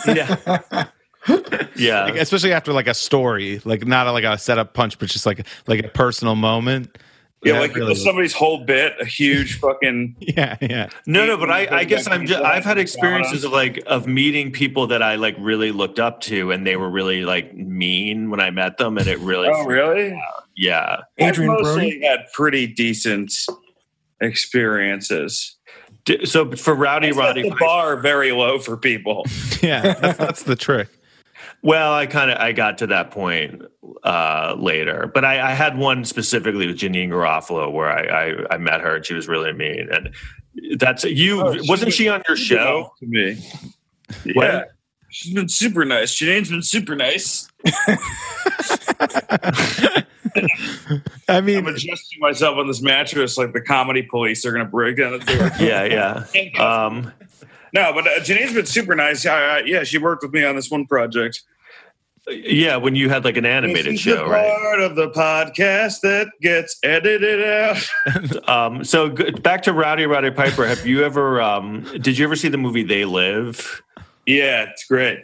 Speaker 1: Yeah,
Speaker 2: Like,
Speaker 1: oh, yeah.
Speaker 2: especially after like a story, like not like a setup punch, but just like like a personal moment.
Speaker 4: Yeah,
Speaker 2: That
Speaker 4: like
Speaker 2: really-
Speaker 4: somebody's whole bit, a huge fucking.
Speaker 2: yeah, yeah.
Speaker 1: No, no. But I, I guess I'm. Just, I've had experiences of like of meeting people that I like really looked up to, and they were really like mean when I met them, and it really.
Speaker 4: Oh, really?
Speaker 1: Yeah.
Speaker 3: Adrian
Speaker 4: I've mostly
Speaker 3: Brody.
Speaker 4: had pretty decent experiences.
Speaker 1: D- D- So for Rowdy Roddy,
Speaker 4: the bar very low for people.
Speaker 2: Yeah, that's, that's the trick.
Speaker 1: well, I kind of I got to that point uh, later, but I, I had one specifically with Janine Garofalo where I, I I met her and she was really mean, and that's you.
Speaker 4: Oh, she
Speaker 1: wasn't
Speaker 4: was-
Speaker 1: she on your show?
Speaker 4: to me. Yeah.
Speaker 1: What?
Speaker 4: She's been super nice. Janine's been super nice.
Speaker 2: I
Speaker 4: I'm
Speaker 2: mean,
Speaker 4: adjusting myself on this mattress like the comedy police are going to break down the door.
Speaker 1: Yeah, yeah. Um,
Speaker 4: no, but uh, Janine's been super nice. I, I, yeah, she worked with me on this one project.
Speaker 1: yeah, when you had like an animated
Speaker 4: This is the
Speaker 1: show, right?
Speaker 4: Part of the podcast that gets edited out.
Speaker 1: Um, so g- back to Rowdy Roddy Piper. Have you ever? Um, did you ever see the movie They Live?
Speaker 4: Yeah, it's great.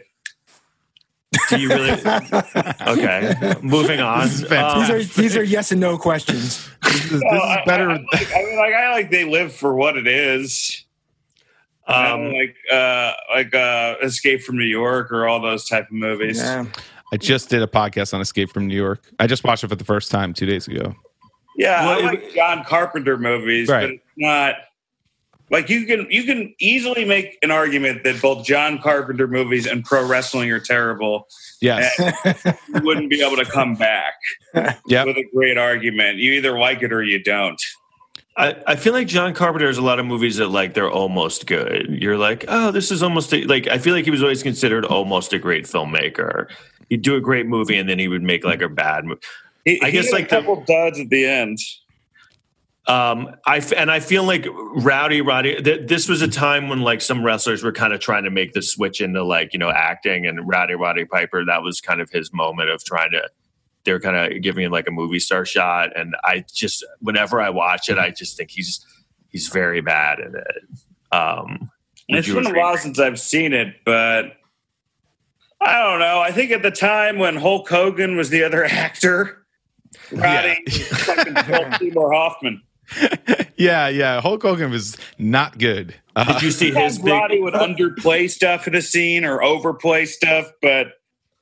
Speaker 1: Do you really? Okay, moving on.
Speaker 2: This is fantastic.
Speaker 3: These are
Speaker 1: Um,
Speaker 3: these are yes and no questions.
Speaker 2: this is, this
Speaker 4: Oh,
Speaker 2: is
Speaker 4: I-
Speaker 2: better.
Speaker 4: I, I like, I mean, like I like they live for what it is. I don't
Speaker 1: um,
Speaker 4: like uh, like uh, Escape from New York or all those type of movies. Yeah,
Speaker 3: Yeah.
Speaker 2: I just did a podcast on Escape from New York. I just watched it for the first time two days ago.
Speaker 4: I
Speaker 1: Well,
Speaker 4: like John Carpenter movies,
Speaker 2: Right.
Speaker 4: but it's not like you can you can easily make an argument that both John Carpenter movies and pro wrestling are terrible.
Speaker 2: Yes.
Speaker 4: You wouldn't be able to come back
Speaker 2: Yep.
Speaker 4: with a great argument. You either like it or you don't.
Speaker 1: I, I feel like John Carpenter has a lot of movies that like they're almost good. You're like, oh, this is almost a, like. I feel like he was always considered almost a great filmmaker. He'd do a great movie and then he would make like a bad movie.
Speaker 4: He-
Speaker 1: I
Speaker 4: he
Speaker 1: guess,
Speaker 4: had a
Speaker 1: like, the-
Speaker 4: couple duds at the end.
Speaker 1: Um, I f- and I feel like Rowdy Roddy. Th- this was a time when like some wrestlers were kind of trying to make the switch into like you know acting, and Rowdy Roddy Piper that was kind of his moment of trying to. they were kind of giving him like a movie star shot, and I just whenever I watch it, I just think he's he's very bad at it. Um, would
Speaker 4: It's
Speaker 1: you
Speaker 4: been a
Speaker 1: agree?
Speaker 4: while since I've seen it, but I don't know. I think at the time when Hulk Hogan was the other actor, Roddy was fucking Paul Seymour Hoffman.
Speaker 2: yeah, yeah. Hulk Hogan was not good. Uh,
Speaker 1: Did you see his
Speaker 4: Sometimes
Speaker 1: big?
Speaker 4: Roddy would underplay stuff in a scene or overplay stuff, but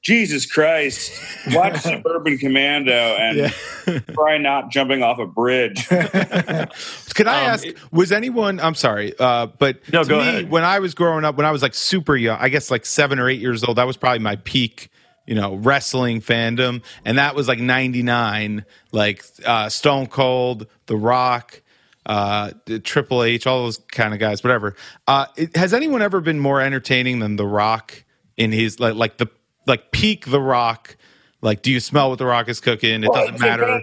Speaker 4: Jesus Christ, watch Suburban Commando and
Speaker 2: yeah.
Speaker 4: try not jumping off a bridge.
Speaker 2: Can I
Speaker 1: Um,
Speaker 2: ask? Was anyone? I'm sorry, uh, but
Speaker 1: No,
Speaker 2: to
Speaker 1: go
Speaker 2: me,
Speaker 1: ahead.
Speaker 2: When I was growing up, when I was like super young, I guess like seven or eight years old, that was probably my peak, you know, wrestling fandom, and that was like '99, like uh, Stone Cold, The Rock, uh, the Triple H, all those kind of guys, whatever. Uh, it, has anyone ever been more entertaining than The Rock in his like like the like peak The Rock? Like, do you smell what The Rock is cooking? It doesn't matter.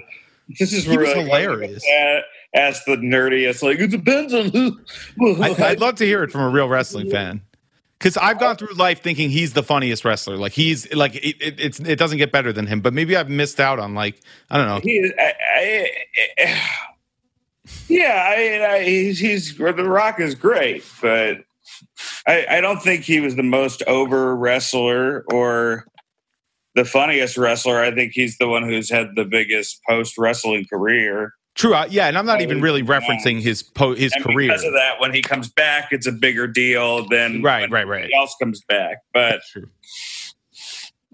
Speaker 4: This is
Speaker 2: He was
Speaker 4: really
Speaker 2: hilarious.
Speaker 4: Ask the nerdiest, like it depends on who.
Speaker 2: I, I'd love to hear it from a real wrestling fan. Because I've gone through life thinking he's the funniest wrestler. Like he's like it, it, it's it doesn't get better than him. But maybe I've missed out on like I don't know.
Speaker 4: he, I, I, I- yeah, I, I, he's, he's The Rock is great, but I, I don't think he was the most over wrestler or the funniest wrestler. I think he's the one who's had the biggest post wrestling career.
Speaker 2: True, I, yeah, and I'm not
Speaker 4: I
Speaker 2: even
Speaker 4: was
Speaker 2: really referencing his po- his
Speaker 4: and
Speaker 2: career.
Speaker 4: because of that, when he comes back, it's a bigger deal than
Speaker 2: Right, right,
Speaker 4: when
Speaker 2: right.
Speaker 4: everybody else comes back. But
Speaker 2: True.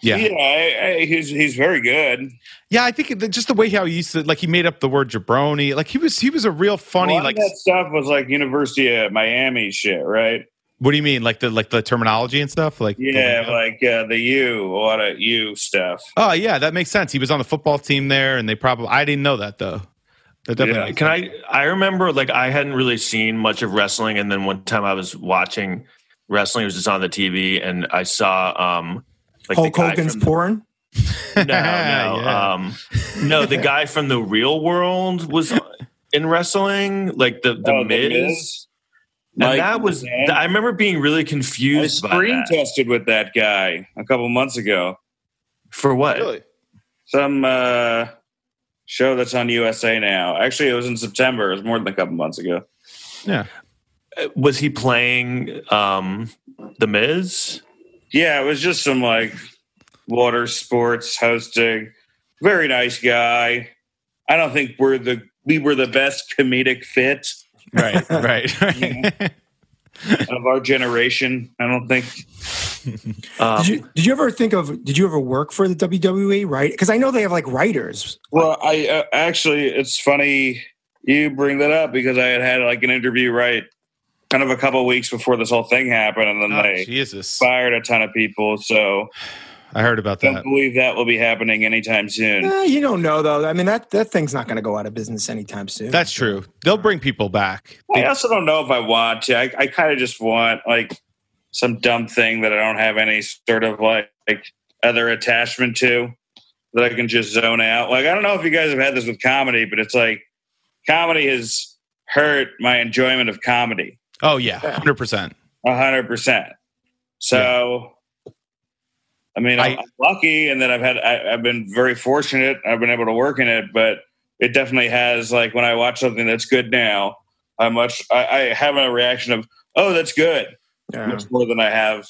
Speaker 4: yeah,
Speaker 2: Yeah,
Speaker 4: I, I, he's he's very good.
Speaker 2: yeah, I think it- just the way how he used to like he made up the word jabroni. Like he was he was a real funny.
Speaker 4: A lot of
Speaker 2: Like
Speaker 4: that stuff was like University of Miami shit, right?
Speaker 2: what do you mean? Like the like the terminology and stuff. Like the
Speaker 4: Yeah,
Speaker 2: lingo?
Speaker 4: like uh, the U, a lot of U stuff.
Speaker 2: oh yeah, that makes sense. He was on the football team there, and they probably I didn't know that though. That definitely
Speaker 4: Yeah.
Speaker 2: makes
Speaker 1: Can I? I remember like I hadn't really seen much of wrestling, and then one time I was watching wrestling. It was just on the TV, and I saw um like
Speaker 3: Hulk
Speaker 1: the guy
Speaker 3: Hogan's
Speaker 1: from-
Speaker 3: porn.
Speaker 1: No, no,
Speaker 2: Yeah.
Speaker 1: um, no. The guy from the real world was in wrestling, like the the
Speaker 4: Oh,
Speaker 1: Miz, and
Speaker 4: Mike
Speaker 1: that was.
Speaker 4: Mizan.
Speaker 1: I remember being really
Speaker 4: I
Speaker 1: confused by
Speaker 4: screen
Speaker 1: that.
Speaker 4: tested with that guy a couple months ago.
Speaker 1: for what?
Speaker 2: Really?
Speaker 4: Some uh, show that's on USA now. Actually, it was in September. It was more than a couple months ago.
Speaker 2: yeah.
Speaker 1: Uh, Was he playing um the Miz?
Speaker 4: Yeah, it was just some like water sports hosting. Very nice guy. I don't think we're the we were the best comedic fit
Speaker 2: right, right, right.
Speaker 4: of our generation. I don't think
Speaker 1: Um,
Speaker 3: Did you, did you ever think of? Did you ever work for the WWE? Right? Because I know they have like writers.
Speaker 4: Well, I uh, actually, it's funny you bring that up because I had had like an interview right kind of a couple weeks before this whole thing happened, and then
Speaker 2: Oh,
Speaker 4: they
Speaker 2: Jesus.
Speaker 4: fired a ton of people. So
Speaker 2: I heard about
Speaker 4: don't
Speaker 2: that.
Speaker 4: believe that will be happening anytime soon.
Speaker 3: Eh, you don't know though. I mean that that thing's not going to go out of business anytime soon.
Speaker 2: That's true. They'll bring people back.
Speaker 4: I also don't know if I want to. I, I kind of just want like some dumb thing that I don't have any sort of like, like other attachment to that I can just zone out. Like I don't know if you guys have had this with comedy, but it's like comedy has hurt my enjoyment of comedy
Speaker 2: Oh yeah,
Speaker 3: Yeah.
Speaker 2: hundred percent.
Speaker 4: a hundred percent. So. I mean, I,
Speaker 2: I-
Speaker 4: am lucky in that I've had I, I've been very fortunate. I've been able to work in it, but it definitely has. Like when I watch something that's good now, I much I, I have a reaction of oh that's good
Speaker 3: yeah.
Speaker 4: much more than I have.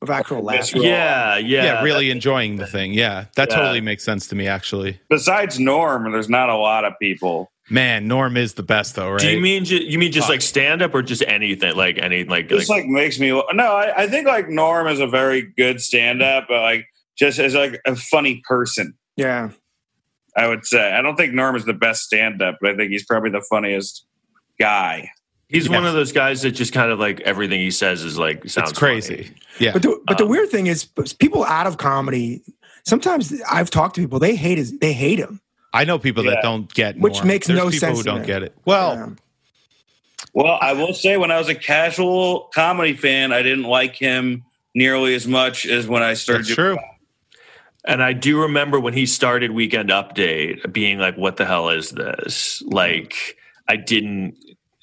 Speaker 3: of actual laughter.
Speaker 4: Well,
Speaker 1: yeah, yeah,
Speaker 2: Yeah, really enjoying the thing. Yeah, that
Speaker 1: Yeah.
Speaker 2: totally makes sense to me. Actually,
Speaker 4: Besides Norm, there's not a lot of people.
Speaker 2: man, Norm is the best though, right?
Speaker 1: Do you mean ju- you mean just
Speaker 2: Fuck.
Speaker 1: like stand up or just anything like any like,
Speaker 4: This like makes me no. I, I think like Norm is a very good stand up, but like just as like a funny person,
Speaker 3: Yeah.
Speaker 4: I would say. I don't think Norm is the best stand up, but I think he's probably the funniest guy.
Speaker 1: he's
Speaker 2: Yeah.
Speaker 1: one of those guys that just kind of like everything he says is like sounds
Speaker 2: it's crazy.
Speaker 1: funny.
Speaker 2: Yeah,
Speaker 3: But the, but the
Speaker 1: Um,
Speaker 3: weird thing is, people out of comedy. Sometimes I've talked to people; they hate his, they hate him.
Speaker 2: I know people
Speaker 4: Yeah.
Speaker 2: that don't get
Speaker 3: Which
Speaker 2: Norm.
Speaker 3: makes
Speaker 2: There's
Speaker 3: no
Speaker 2: people
Speaker 3: sense
Speaker 2: Who
Speaker 3: to
Speaker 2: don't
Speaker 3: me.
Speaker 2: get it? Well,
Speaker 3: Yeah.
Speaker 4: Well, I will say when I was a casual comedy fan, I didn't like him nearly as much as when I started.
Speaker 2: that's true.
Speaker 1: And I do remember when he started Weekend Update being like, "What the hell is this?" Like I didn't.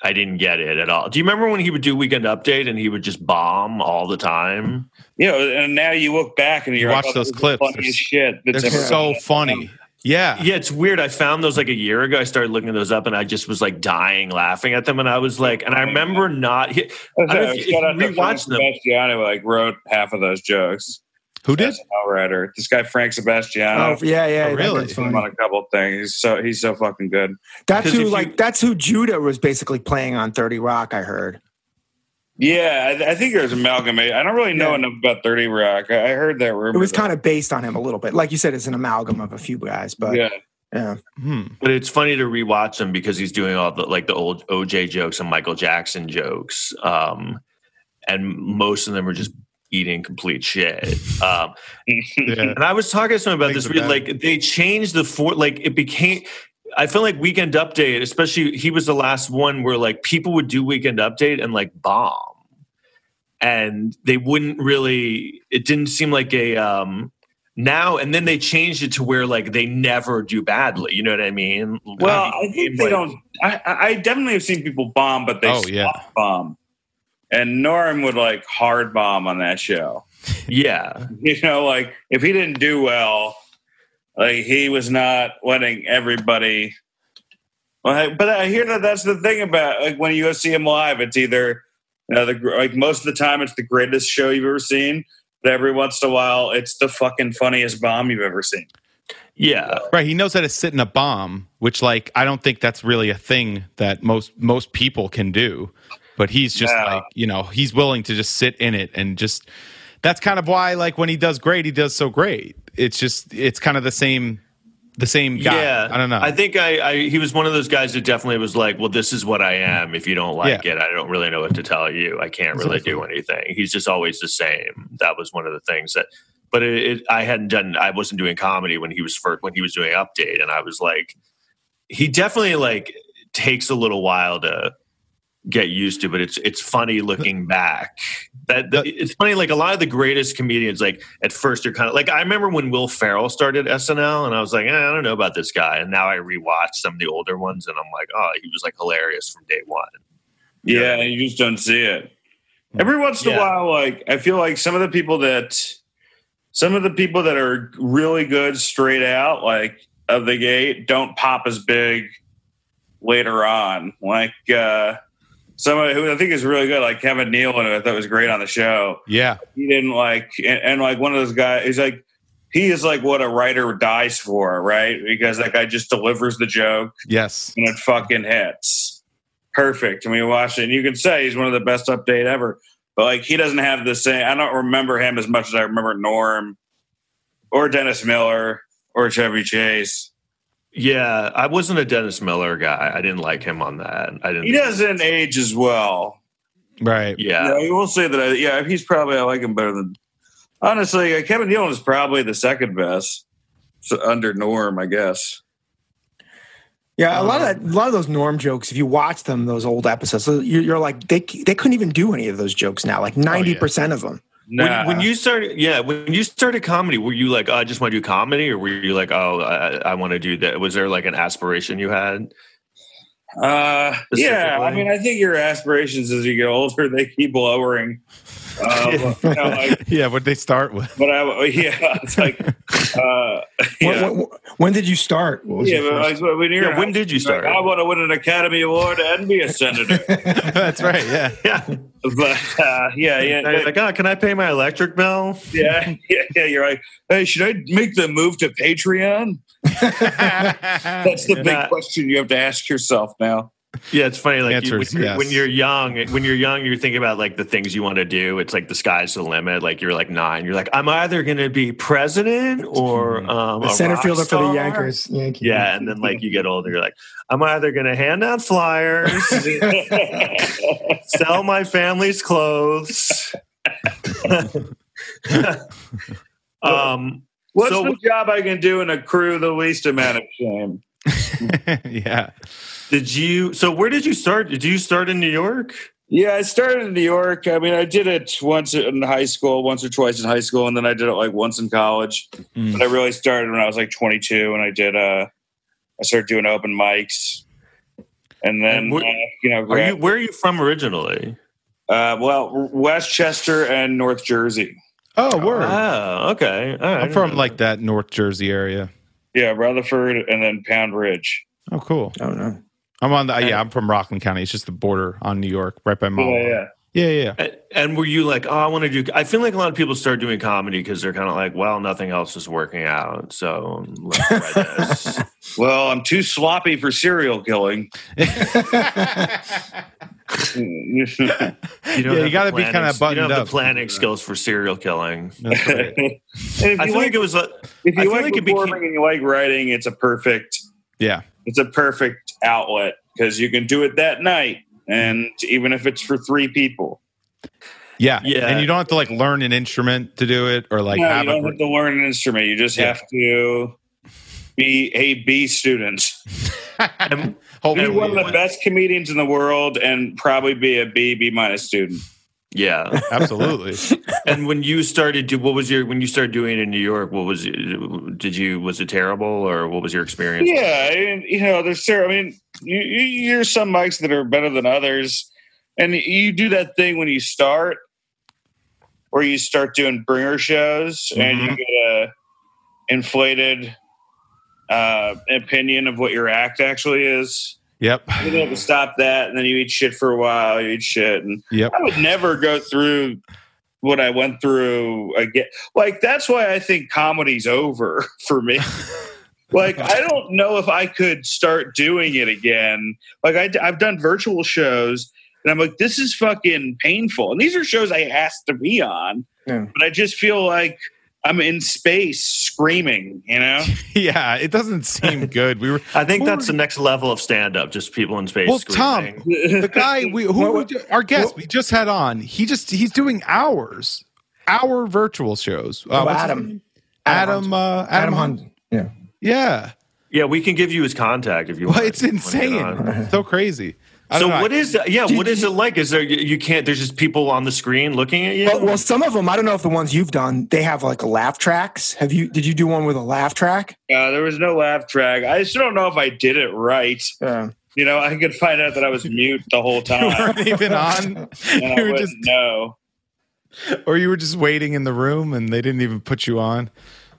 Speaker 1: I didn't get it at all. Do you remember when he would do Weekend Update and he would just bomb all the time?
Speaker 4: You know, and now you look back and you're
Speaker 2: You
Speaker 4: like,
Speaker 2: watch
Speaker 4: oh,
Speaker 2: those
Speaker 4: this is the
Speaker 2: clips,
Speaker 4: funniest
Speaker 2: they're s-
Speaker 4: shit.
Speaker 2: They're
Speaker 4: That's ever
Speaker 2: so
Speaker 4: been.
Speaker 2: funny. Yeah.
Speaker 1: Yeah, it's weird. I found those like a year ago. I started looking those up and I just was like dying laughing at them. And I was like, and I remember not. he-
Speaker 4: Okay,
Speaker 1: I don't know if- if
Speaker 4: Uh, shout out
Speaker 1: you
Speaker 4: to Frank
Speaker 1: rewatch them-
Speaker 4: Sebastiano, like wrote half of those jokes.
Speaker 2: Who did?
Speaker 4: As an writer, this guy Frank Sebastiano,
Speaker 3: oh, yeah, yeah.
Speaker 2: Oh,
Speaker 3: that
Speaker 2: really?
Speaker 3: guy's
Speaker 4: I'm on
Speaker 3: funny.
Speaker 4: a couple of things. He's so he's so fucking good.
Speaker 3: That's
Speaker 1: Because
Speaker 3: who,
Speaker 1: if you-
Speaker 3: like, that's who Judah was basically playing on Thirty Rock. I heard.
Speaker 4: Yeah, I, th- I think there's amalgamate. I don't really know
Speaker 3: Yeah.
Speaker 4: enough about Thirty Rock. I, I heard that rumor.
Speaker 3: It was kind of based on him a little bit, like you said, it's an amalgam of a few guys. But yeah,
Speaker 4: yeah.
Speaker 2: Hmm.
Speaker 1: But it's funny to rewatch him because he's doing all the like the old OJ jokes and Michael Jackson jokes, um, and most of them are just eating complete shit. Um,
Speaker 2: Yeah.
Speaker 1: and I was talking to someone about
Speaker 2: Things
Speaker 1: this.
Speaker 2: are
Speaker 1: Read,
Speaker 2: bad.
Speaker 1: like they changed the for like it became. I feel like Weekend Update, especially he was the last one where like people would do Weekend Update and like bomb, and they wouldn't really. It didn't seem like a um now and then they changed it to where like they never do badly. You know what I mean?
Speaker 4: Well,
Speaker 1: Like,
Speaker 4: I think
Speaker 1: like-
Speaker 4: they don't. I, I I definitely have seen people bomb, but they
Speaker 2: Oh,
Speaker 4: soft
Speaker 2: yeah.
Speaker 4: bomb. And Norm would like hard bomb on that show.
Speaker 1: Yeah,
Speaker 4: you know, like if he didn't do well, like he was not letting everybody. Well, I- but I hear that that's the thing about like when you go see him live, it's either you know, the gr- like most of the time it's the greatest show you've ever seen. But every once in a while, it's the fucking funniest bomb you've ever seen.
Speaker 1: yeah.
Speaker 2: Right, he knows how to sit in a bomb, which like I don't think that's really a thing that most most people can do. But he's just
Speaker 4: No.
Speaker 2: like, you know, he's willing to just sit in it and just that's kind of why like when he does great, he does so great. It's just it's kind of the same the same guy.
Speaker 1: Yeah,
Speaker 2: I don't know.
Speaker 1: I think I, I he was one of those guys that definitely was like, "Well, this is what I am. If you don't like it, I don't really know what to tell you. I can't really do anything." He's just always the same. That was one of the things that. But it, it, I hadn't done. I wasn't doing comedy when he was first when he was doing update, and I was like, he definitely like takes a little while to get used to, but it's it's funny looking back. That, that- it's funny, like a lot of the greatest comedians, like at first you're kind of like I remember when Will Ferrell started SNL, and I was like, eh, I don't know about this guy, and now I rewatch some of the older ones, and I'm like, oh, he was like hilarious from day one.
Speaker 4: Yeah, and you just don't see it. Every once in
Speaker 1: Yeah.
Speaker 4: a while, like I feel like some of the people that some of the people that are really good straight out, like of the gate, don't pop as big later on. Like uh somebody who I think is really good, like Kevin Nealon, who I thought was great on the show.
Speaker 2: yeah.
Speaker 4: He didn't like and, and like one of those guys he's like he is like what a writer dies for, right? Because that guy just delivers the joke
Speaker 2: Yes.
Speaker 4: and it fucking hits. Perfect. I mean, Washington, you can say he's one of the best update ever, but like he doesn't have the same. I don't remember him as much as I remember Norm or Dennis Miller or Chevy Chase.
Speaker 1: Yeah, I wasn't a Dennis Miller guy. I didn't like him on that. I didn't.
Speaker 4: He doesn't age as well.
Speaker 2: Right.
Speaker 1: Yeah.
Speaker 4: Yeah, I will say that. I, yeah, he's probably I like him better than honestly. Uh, Kevin Dillon is probably the second best so under Norm, I guess.
Speaker 3: Yeah, a lot of that, a lot of those norm jokes. If you watch them, those old episodes, so you're, you're like they c- they couldn't even do any of those jokes now. Like ninety percent of them.
Speaker 4: Nah.
Speaker 1: When, when you started, yeah, when you started comedy, were you like, oh, I just want to do comedy, or were you like, oh, I, I want to do that? Was there like an aspiration you had?
Speaker 4: Uh, yeah, I mean, I think your aspirations as you get older they keep lowering. Uh, you know, like,
Speaker 2: Yeah. What they start with.
Speaker 4: but I, yeah, it's like, uh, yeah,
Speaker 3: When, when, when did you start? What was
Speaker 4: yeah,
Speaker 3: your
Speaker 4: but
Speaker 3: first-
Speaker 4: like, when you're
Speaker 1: Yeah, when did you
Speaker 4: like,
Speaker 1: start?
Speaker 4: I want to win an Academy Award and be a senator.
Speaker 2: That's right. Yeah.
Speaker 1: Yeah,
Speaker 4: but uh, yeah, yeah,
Speaker 1: Now you're
Speaker 4: yeah,
Speaker 1: like, oh, can I pay my electric bill?
Speaker 4: yeah, yeah, yeah. You're like, hey, should I make the move to Patreon? That's the big
Speaker 1: Yeah.
Speaker 4: question you have to ask yourself now.
Speaker 1: Yeah, it's funny. Like you, when,
Speaker 2: Answers,
Speaker 1: you're,
Speaker 2: yes.
Speaker 1: when you're young, when you're young, you're thinking about like the things you want to do. It's like the sky's the limit. Like you're like nine. You're like, I'm either going to be president or
Speaker 2: Mm-hmm.
Speaker 1: um,
Speaker 3: the
Speaker 1: a
Speaker 3: center
Speaker 1: rock
Speaker 3: fielder for the
Speaker 1: star."
Speaker 3: Yankees. Yankees.
Speaker 1: Yeah, and then like you get older, you're like, I'm either going to hand out flyers, sell my family's clothes. um,
Speaker 4: What's
Speaker 1: So-
Speaker 4: the job I can do and accrue the least amount of shame?
Speaker 2: yeah.
Speaker 1: did you? So where did you start? Did you start in New York?
Speaker 4: Yeah, I started in New York. I mean, I did it once in high school, once or twice in high school, and then I did it like once in college.
Speaker 2: Mm.
Speaker 4: But I really started when I was like 22, and I did. uh I started doing open mics, and then
Speaker 1: And wh-
Speaker 4: uh, you know,
Speaker 1: Are you?
Speaker 4: grad-
Speaker 1: Where are you from originally?
Speaker 4: uh, well, Westchester and North Jersey.
Speaker 2: Oh, word.
Speaker 1: Oh, okay. All right.
Speaker 2: I'm from like that North Jersey area.
Speaker 4: Yeah, Rutherford and then Pound Ridge.
Speaker 2: Oh, cool.
Speaker 3: I don't know.
Speaker 2: I'm on the yeah. I'm from Rockland County. It's just the border on New York, right by Mall.
Speaker 4: Yeah, yeah.
Speaker 2: yeah, yeah.
Speaker 1: And, and were you like, oh, I want to do? I feel like a lot of people start doing comedy because they're kind of like, well, nothing else is working out, so let's try this.
Speaker 4: Well, I'm too sloppy for serial killing. yeah,
Speaker 1: You don't
Speaker 2: Yeah, you
Speaker 1: have the
Speaker 2: gotta be
Speaker 1: planning-
Speaker 2: kinda
Speaker 1: You
Speaker 2: buttoned
Speaker 1: don't have
Speaker 2: up.
Speaker 1: the planning skills for serial killing.
Speaker 2: That's right.
Speaker 4: if
Speaker 1: I
Speaker 4: you
Speaker 1: feel like
Speaker 4: like,
Speaker 1: it was. a-
Speaker 4: if
Speaker 1: I
Speaker 4: you
Speaker 1: feel
Speaker 4: like
Speaker 1: like it
Speaker 4: performing
Speaker 1: became-
Speaker 4: and you like writing, it's a perfect
Speaker 2: Yeah.
Speaker 4: it's a perfect outlet because you can do it that night, and even if it's for three people,
Speaker 2: Yeah.
Speaker 1: Yeah.
Speaker 2: And you don't have to like learn an instrument to do it or like
Speaker 4: No,
Speaker 2: have
Speaker 4: you don't
Speaker 2: a
Speaker 4: have to learn an instrument. You just
Speaker 2: Yeah.
Speaker 4: have to be a B student.
Speaker 1: and-
Speaker 2: whole
Speaker 4: Be
Speaker 1: Yeah,
Speaker 4: one of the
Speaker 1: we-
Speaker 4: best comedians in the world, and probably be a B B minus student.
Speaker 1: yeah,
Speaker 2: Absolutely.
Speaker 1: and when you started, do what was your when you started doing it in New York? What was did you was it terrible or what was your experience?
Speaker 4: Yeah, I mean, you know, there's there. I mean, you, you, there's some mics that are better than others, and you do that thing when you start, where you start doing bringer shows, and you
Speaker 2: Mhm.
Speaker 4: get a inflated uh, opinion of what your act actually is.
Speaker 2: Yep.
Speaker 4: You have to stop that, and then you eat shit for a while. You eat shit, and
Speaker 2: Yep.
Speaker 4: I would never go through what I went through again. Like that's why I think comedy's over for me. like I don't know if I could start doing it again. Like I, have done virtual shows, and I'm like, this is fucking painful. And these are shows I asked to be on,
Speaker 3: Yeah.
Speaker 4: but I just feel like I'm in space screaming. You know?
Speaker 2: Yeah. It doesn't seem good. We were
Speaker 1: I think that's the next level of stand up. Just people in space.
Speaker 2: Well,
Speaker 1: screaming.
Speaker 2: Tom, the guy we who
Speaker 3: What-
Speaker 2: we ju- our guest we just had on. He just he's doing hours, hour virtual shows. Uh,
Speaker 3: Oh,
Speaker 2: what's his
Speaker 3: Adam.
Speaker 2: name?
Speaker 3: Adam
Speaker 2: Adam, uh, Adam,
Speaker 3: Adam
Speaker 2: Hunt.
Speaker 3: Hunt. Yeah.
Speaker 2: Yeah.
Speaker 1: Yeah, we can give you his contact if you
Speaker 2: Well,
Speaker 1: want.
Speaker 2: it's
Speaker 1: if you wanna get on.
Speaker 2: insane. so crazy.
Speaker 1: So
Speaker 2: I don't know.
Speaker 1: what is that? Yeah, what is it like? Is there you- you can't? There's just people on the screen looking at you.
Speaker 3: Well, well, some of them. I don't know if the ones you've done. They have like laugh tracks. Have you? Did you do one with a laugh track?
Speaker 4: Uh, there was no laugh track. I just don't know if I did it right.
Speaker 3: Yeah.
Speaker 4: You know, I could find out that I was mute the whole
Speaker 2: you
Speaker 1: Uh,
Speaker 4: time.
Speaker 2: weren't even on.
Speaker 4: and I
Speaker 2: you were
Speaker 4: wouldn't
Speaker 2: just
Speaker 4: know.
Speaker 2: or you were just waiting in the room and they didn't even put you on.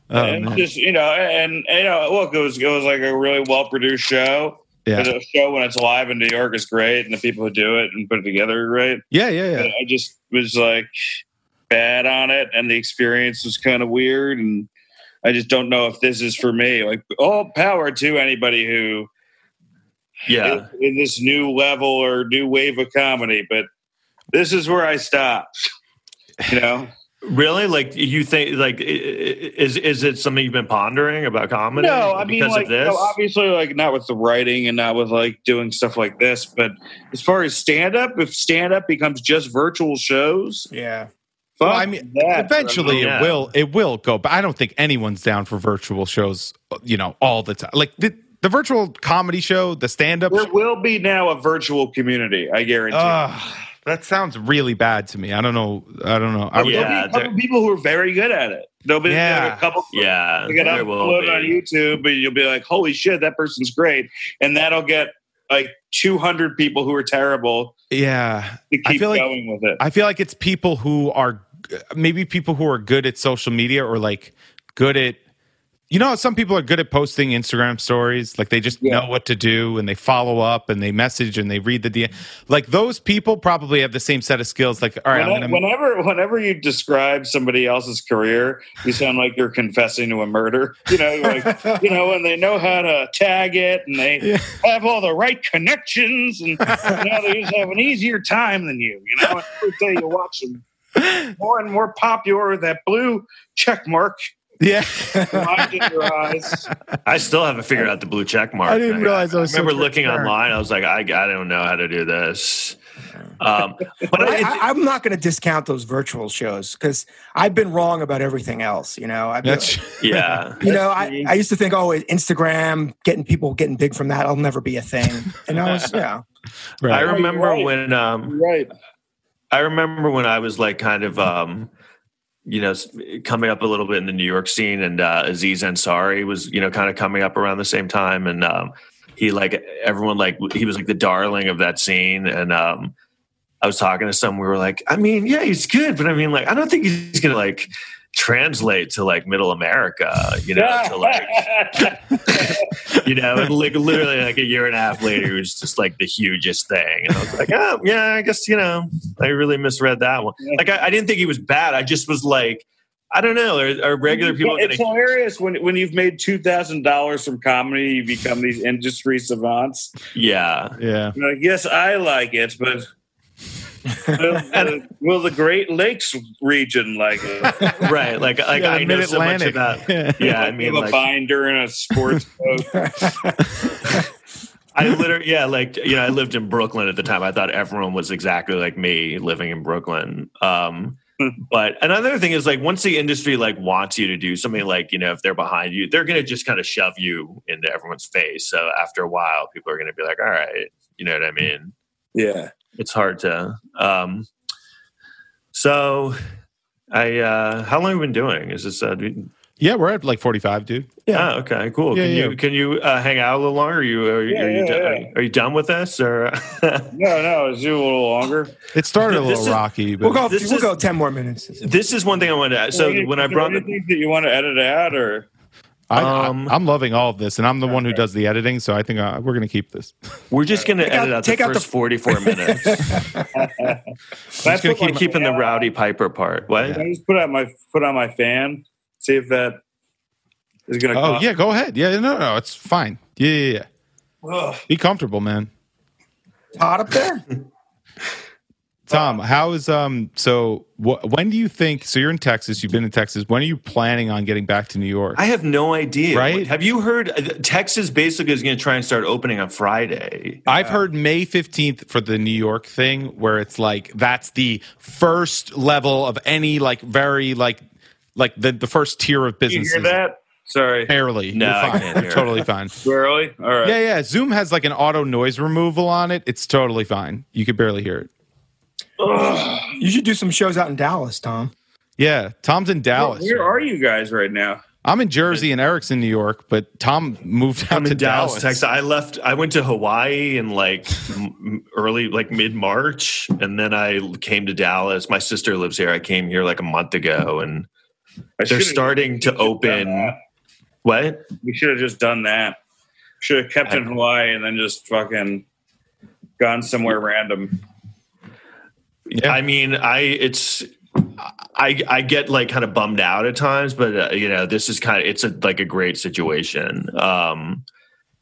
Speaker 2: Oh,
Speaker 4: and
Speaker 2: man.
Speaker 4: just you know, and, and, you know, look, it was it was like a really well produced show.
Speaker 2: yeah.
Speaker 4: The show when it's live in New York is great, and the people who do it and put it together are great.
Speaker 2: yeah, yeah, yeah,
Speaker 4: But I just was like bad on it, and the experience was kind of weird, and I just don't know if this is for me. Like, all power to anybody who
Speaker 1: yeah,
Speaker 4: in, in this new level or new wave of comedy, but this is where I stopped. You know,
Speaker 1: Really? Like you think? Like i- i- is is it something you've been pondering about comedy?
Speaker 4: No, I mean,
Speaker 1: because
Speaker 4: like,
Speaker 1: of this.
Speaker 4: no, obviously, like not with the writing and not with like doing stuff like this, but as far as stand up, if stand up becomes just virtual shows,
Speaker 3: Yeah.
Speaker 4: fuck
Speaker 2: Well, I mean,
Speaker 4: that.
Speaker 2: eventually
Speaker 1: Yeah.
Speaker 2: it will it will go but i don't think anyone's down for virtual shows you know all the time like the, the virtual comedy show the stand-up
Speaker 4: there will be now a virtual community. I guarantee.
Speaker 2: Ugh, that sounds really bad to me i don't know i don't know I would-
Speaker 1: Oh, yeah,
Speaker 4: There'll be a couple people who are very good at it. There'll be like,
Speaker 2: Yeah.
Speaker 4: a couple.
Speaker 1: yeah,
Speaker 4: You can
Speaker 1: there will
Speaker 4: upload on
Speaker 1: be.
Speaker 4: YouTube, and you'll be like, "Holy shit, that person's great!" And that'll get like 200 people who are terrible
Speaker 2: yeah
Speaker 4: to
Speaker 2: I
Speaker 4: keep
Speaker 2: feel like-
Speaker 4: going with it.
Speaker 2: I feel like it's people who are maybe people who are good at social media or like good at you know how some people are good at posting Instagram stories like they just
Speaker 4: Yeah.
Speaker 2: know what to do and they follow up and they message and they read the DM like those people probably have the same set of skills like all right I'm
Speaker 4: Whenever,
Speaker 2: gonna
Speaker 4: whenever, whenever you describe somebody else's career, you sound like you're confessing to a murder. You know, you're like you know, and they know how to tag it, and they
Speaker 2: Yeah.
Speaker 4: have all the right connections, and now they just have an easier time than you. You know, and every day you watch them more and more popular with that blue check mark
Speaker 2: yeah
Speaker 4: lined in your eyes.
Speaker 1: I still haven't figured out the blue check mark.
Speaker 2: I didn't realize I was so
Speaker 1: remember looking
Speaker 2: transparent.
Speaker 1: online. I was like, I, I don't know how to do this. Um, but
Speaker 3: But I,
Speaker 1: it's-
Speaker 3: I, I'm not going to discount those virtual shows because I've been wrong about everything else. You know, I've been,
Speaker 2: that's
Speaker 1: yeah,
Speaker 3: you know, I, I used to think, oh, Instagram, getting people getting big from that, I'll never be a thing. And I was, yeah,
Speaker 1: I
Speaker 2: right.
Speaker 1: remember
Speaker 4: right.
Speaker 1: when um,
Speaker 4: Right.
Speaker 1: I remember when I was like kind of um you know s- coming up a little bit in the New York scene and uh Aziz Ansari was you know kind of coming up around the same time and um he like everyone like w- he was like the darling of that scene and um I was talking to some we were like I mean yeah he's good but I mean like I don't think he's going to like translate to like middle america you know to like you know and like literally like a year and a half later it was just like the hugest thing and i was like oh yeah i guess you know i really misread that one like I, I didn't think he was bad. I just was like, I don't know. Are, are regular people going
Speaker 4: It's
Speaker 1: to?
Speaker 4: hilarious when when you've made two thousand dollars from comedy, you become these industry savants.
Speaker 1: Yeah,
Speaker 2: yeah
Speaker 4: You're like, yes, I like it, but will, the, will the Great Lakes region like it?
Speaker 1: right. Like, like
Speaker 2: Yeah, the
Speaker 1: I know so much
Speaker 2: Mid-Atlantic.
Speaker 1: about. Yeah, I
Speaker 4: Like,
Speaker 1: mean,
Speaker 4: have a
Speaker 1: like,
Speaker 4: binder and a sports coat.
Speaker 1: I literally, yeah, like you know, I lived in Brooklyn at the time. I thought everyone was exactly like me living in Brooklyn. Um, but another thing is like once the industry like wants you to do something, like you know, if they're behind you, they're going to just kind of shove you into everyone's face. So after a while, people are going to be like, all right, you know what I mean.
Speaker 4: Yeah.
Speaker 1: it's hard to um so i uh how long have you been doing is this uh do-
Speaker 2: yeah we're at like 45 dude
Speaker 1: yeah okay cool
Speaker 2: Yeah,
Speaker 1: can
Speaker 2: yeah.
Speaker 1: you can you uh hang out a little longer are you are, you-
Speaker 4: Yeah,
Speaker 1: are you
Speaker 4: yeah,
Speaker 1: do-
Speaker 4: yeah.
Speaker 1: are you done with this or
Speaker 4: No, no, it's a little longer.
Speaker 2: it started a
Speaker 1: This
Speaker 2: little
Speaker 1: is-
Speaker 2: rocky but
Speaker 3: we'll go.
Speaker 1: This
Speaker 3: we'll
Speaker 1: is-
Speaker 3: go ten more minutes.
Speaker 1: this is one thing i wanted to ask so
Speaker 4: Is
Speaker 1: when i
Speaker 4: there
Speaker 1: brought
Speaker 4: anything that you want to edit out, or
Speaker 2: I,
Speaker 1: Um,
Speaker 2: I, am loving all of this and i'm the one who does the editing so i think uh, we're gonna keep this
Speaker 1: we're just gonna
Speaker 3: out-
Speaker 1: edit out,
Speaker 3: take
Speaker 1: the
Speaker 3: out the-
Speaker 1: first 44 minutes
Speaker 4: That's
Speaker 2: gonna
Speaker 4: what
Speaker 1: we're
Speaker 4: my-
Speaker 1: keeping the rowdy piper part what
Speaker 4: Can I just put on my put on my fan, see if that is going to.
Speaker 2: oh yeah go ahead yeah no no it's fine yeah yeah yeah Be comfortable, man.
Speaker 3: Hot up there?
Speaker 2: Tom, how is um? So, wh- when do you think? So, you're in Texas. You've been in Texas. When are you planning on getting back to New York?
Speaker 1: I have no idea.
Speaker 2: Right?
Speaker 1: Have you heard? uh, Texas basically is going to try and start opening on Friday.
Speaker 2: I've heard May 15th for the New York thing, where it's like that's the first level of any like very like like the the first tier of
Speaker 4: you
Speaker 2: businesses.
Speaker 4: hear that? Sorry,
Speaker 2: Barely.
Speaker 1: No, I
Speaker 2: you're fine.
Speaker 1: can't
Speaker 2: You're
Speaker 1: hear it.
Speaker 2: totally fine.
Speaker 4: barely. All right.
Speaker 2: Yeah, yeah. Zoom has like an auto noise removal on it. It's totally fine. You could barely hear it.
Speaker 3: You should do some shows out in Dallas, Tom.
Speaker 2: Yeah, Tom's in Dallas.
Speaker 4: Where are you guys right now?
Speaker 2: I'm in Jersey and Eric's in New York, but Tom moved out
Speaker 1: I'm
Speaker 2: to
Speaker 1: in Dallas,
Speaker 2: Dallas
Speaker 1: Texas. I left. I went to Hawaii in like m- m- early, like mid March, and then I came to Dallas. My sister lives here. I came here like a month ago, and
Speaker 4: I
Speaker 1: they're
Speaker 4: should've-
Speaker 1: starting to
Speaker 4: should've done
Speaker 1: open.
Speaker 4: that.
Speaker 1: What?
Speaker 4: We should have just done that. Should have kept in Hawaii and then just fucking gone somewhere random.
Speaker 2: Yeah.
Speaker 1: I mean, I it's. I I get like kind of bummed out at times, but uh, you know this is kind of it's a like a great situation. Um,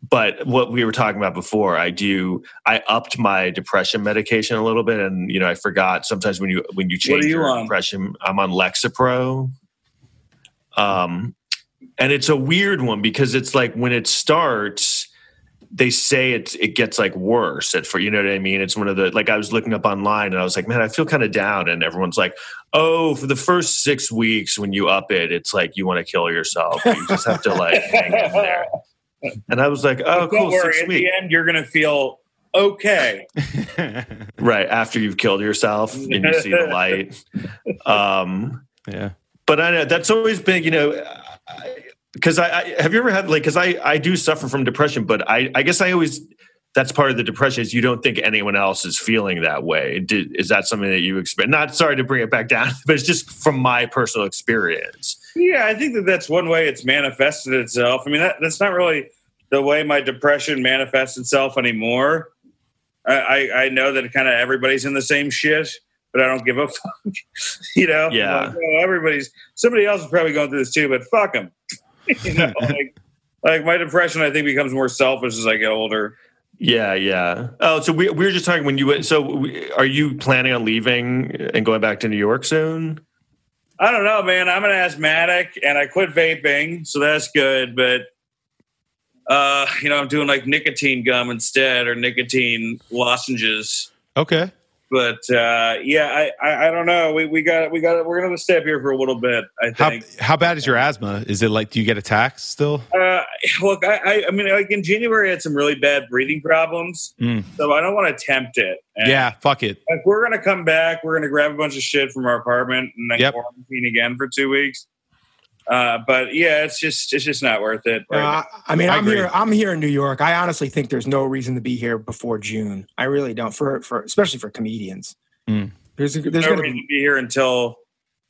Speaker 1: but what we were talking about before i do i upped my depression medication a little bit and you know i forgot sometimes when you when you
Speaker 4: What are
Speaker 1: change
Speaker 4: you
Speaker 1: your
Speaker 4: on?
Speaker 1: depression i'm on lexapro um and it's a weird one because it's like when it starts they say it it gets like worse at for you know what i mean it's one of the like i was looking up online and i was like man i feel kind of down and everyone's like oh for the first six weeks when you up it it's like you want to kill yourself you just have to like hang in there and I was like, oh,
Speaker 4: Don't
Speaker 1: cool,
Speaker 4: worry.
Speaker 1: six
Speaker 4: At the
Speaker 1: weeks.
Speaker 4: end, you're going to feel okay.
Speaker 1: Right. After you've killed yourself and you see the light. Um,
Speaker 2: yeah.
Speaker 1: but I know that's always been, you know, because I, I have you ever had like, because I, I do suffer from depression, but I, I guess I always, that's part of the depression is you don't think anyone else is feeling that way. Did, is that something that you experience? Not sorry to bring it back down, but it's just from my personal experience.
Speaker 4: Yeah, I think that that's one way it's manifested itself. I mean, that, that's not really the way my depression manifests itself anymore. I, I, I know that kind of everybody's in the same shit, but I don't give a fuck. you know?
Speaker 1: Yeah.
Speaker 4: Like, oh, everybody's, somebody else is probably going through this too, but fuck them. you know, like, like my depression, I think, becomes more selfish as I get older.
Speaker 1: Yeah, yeah. Oh, so we, we were just talking when you went. So, we, are you planning on leaving and going back to New York soon?
Speaker 4: I don't know, man. I'm an asthmatic and I quit vaping, so that's good. But uh, you know, I'm doing like nicotine gum instead or nicotine lozenges.
Speaker 2: Okay.
Speaker 4: But uh, yeah, I, I I don't know. We we got we got we're gonna stay up here for a little bit. I
Speaker 2: How
Speaker 4: think.
Speaker 2: how bad is your asthma? Is it like do you get attacks still?
Speaker 4: Uh, look, I, I I mean, like in January, I had some really bad breathing problems,
Speaker 2: Mm.
Speaker 4: so I don't want to tempt it. And
Speaker 2: Yeah. Fuck it.
Speaker 4: Like we're gonna come back. We're gonna grab a bunch of shit from our apartment and then
Speaker 2: Yep.
Speaker 4: quarantine again for two weeks. Uh, but yeah, it's just it's just not worth it.
Speaker 3: No,
Speaker 4: right
Speaker 3: I, Uh, I mean,
Speaker 2: I
Speaker 3: I am
Speaker 2: agree.
Speaker 3: here. I'm here in New York. I honestly think there's no reason to be here before June. I really don't. For for especially for comedians,
Speaker 2: Mm.
Speaker 3: there's there's
Speaker 4: no
Speaker 3: gonna
Speaker 4: reason
Speaker 3: be
Speaker 4: to be here until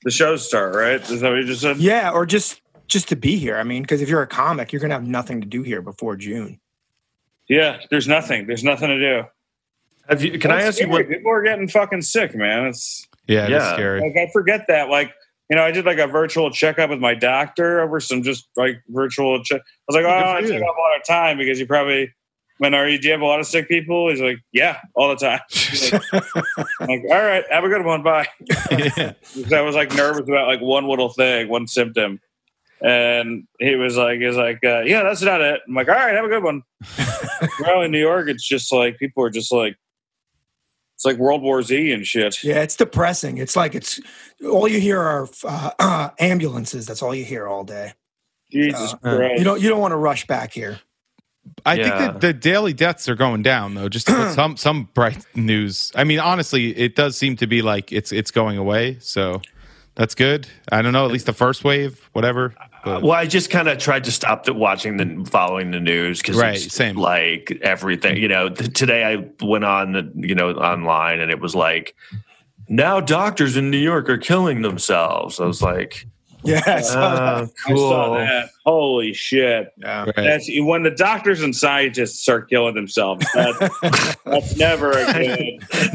Speaker 4: the shows start, right? Is that what you just said?
Speaker 3: yeah, or just just to be here. I mean, because if you're a comic, you're gonna have nothing to do here before June.
Speaker 4: Yeah, there's nothing. There's nothing to do.
Speaker 1: Have you? Can I
Speaker 4: That's
Speaker 1: ask you
Speaker 4: scary.
Speaker 1: what?
Speaker 4: people are getting fucking sick, man. It's
Speaker 2: Yeah. That's
Speaker 1: Yeah.
Speaker 2: scary.
Speaker 4: like I forget that. Like, you know, I did like a virtual checkup with my doctor over some just like virtual check. I was like, Oh,
Speaker 2: Good for
Speaker 4: I
Speaker 2: you.
Speaker 4: took up a lot of time because you probably when are you do you have a lot of sick people? He's like, Yeah, all the time. I'm like, all right, have a good one, bye.
Speaker 2: yeah.
Speaker 4: because I was like nervous about like one little thing, one symptom. And he was like, he's like, uh, yeah, that's not it. I'm like, all right, have a good one. well, in New York, it's just like people are just like, it's like World War Z and shit.
Speaker 3: Yeah, it's depressing. It's like it's all you hear are uh, uh, ambulances. That's all you hear all day.
Speaker 4: Jesus
Speaker 1: Uh,
Speaker 4: Christ.
Speaker 3: You don't you don't want to rush back here.
Speaker 2: I
Speaker 1: Yeah.
Speaker 2: think that the daily deaths are going down though. Just to put some some bright news. I mean, honestly, it does seem to be like it's it's going away. So that's good. I don't know. At least the first wave, whatever. But
Speaker 1: Uh, Well, I just kind of tried to stop the, watching the following the news because
Speaker 2: Right, same. Mm.
Speaker 1: like everything. You know, th- today I went on the you know online and it was like now doctors in New York are killing themselves. I was like,
Speaker 3: Yeah, I saw that.
Speaker 1: uh,
Speaker 4: I saw
Speaker 1: cool.
Speaker 4: that. Oh, Holy shit.
Speaker 3: Yeah.
Speaker 2: Right.
Speaker 4: That's when the doctors and scientists start killing themselves. That's, that's never a good.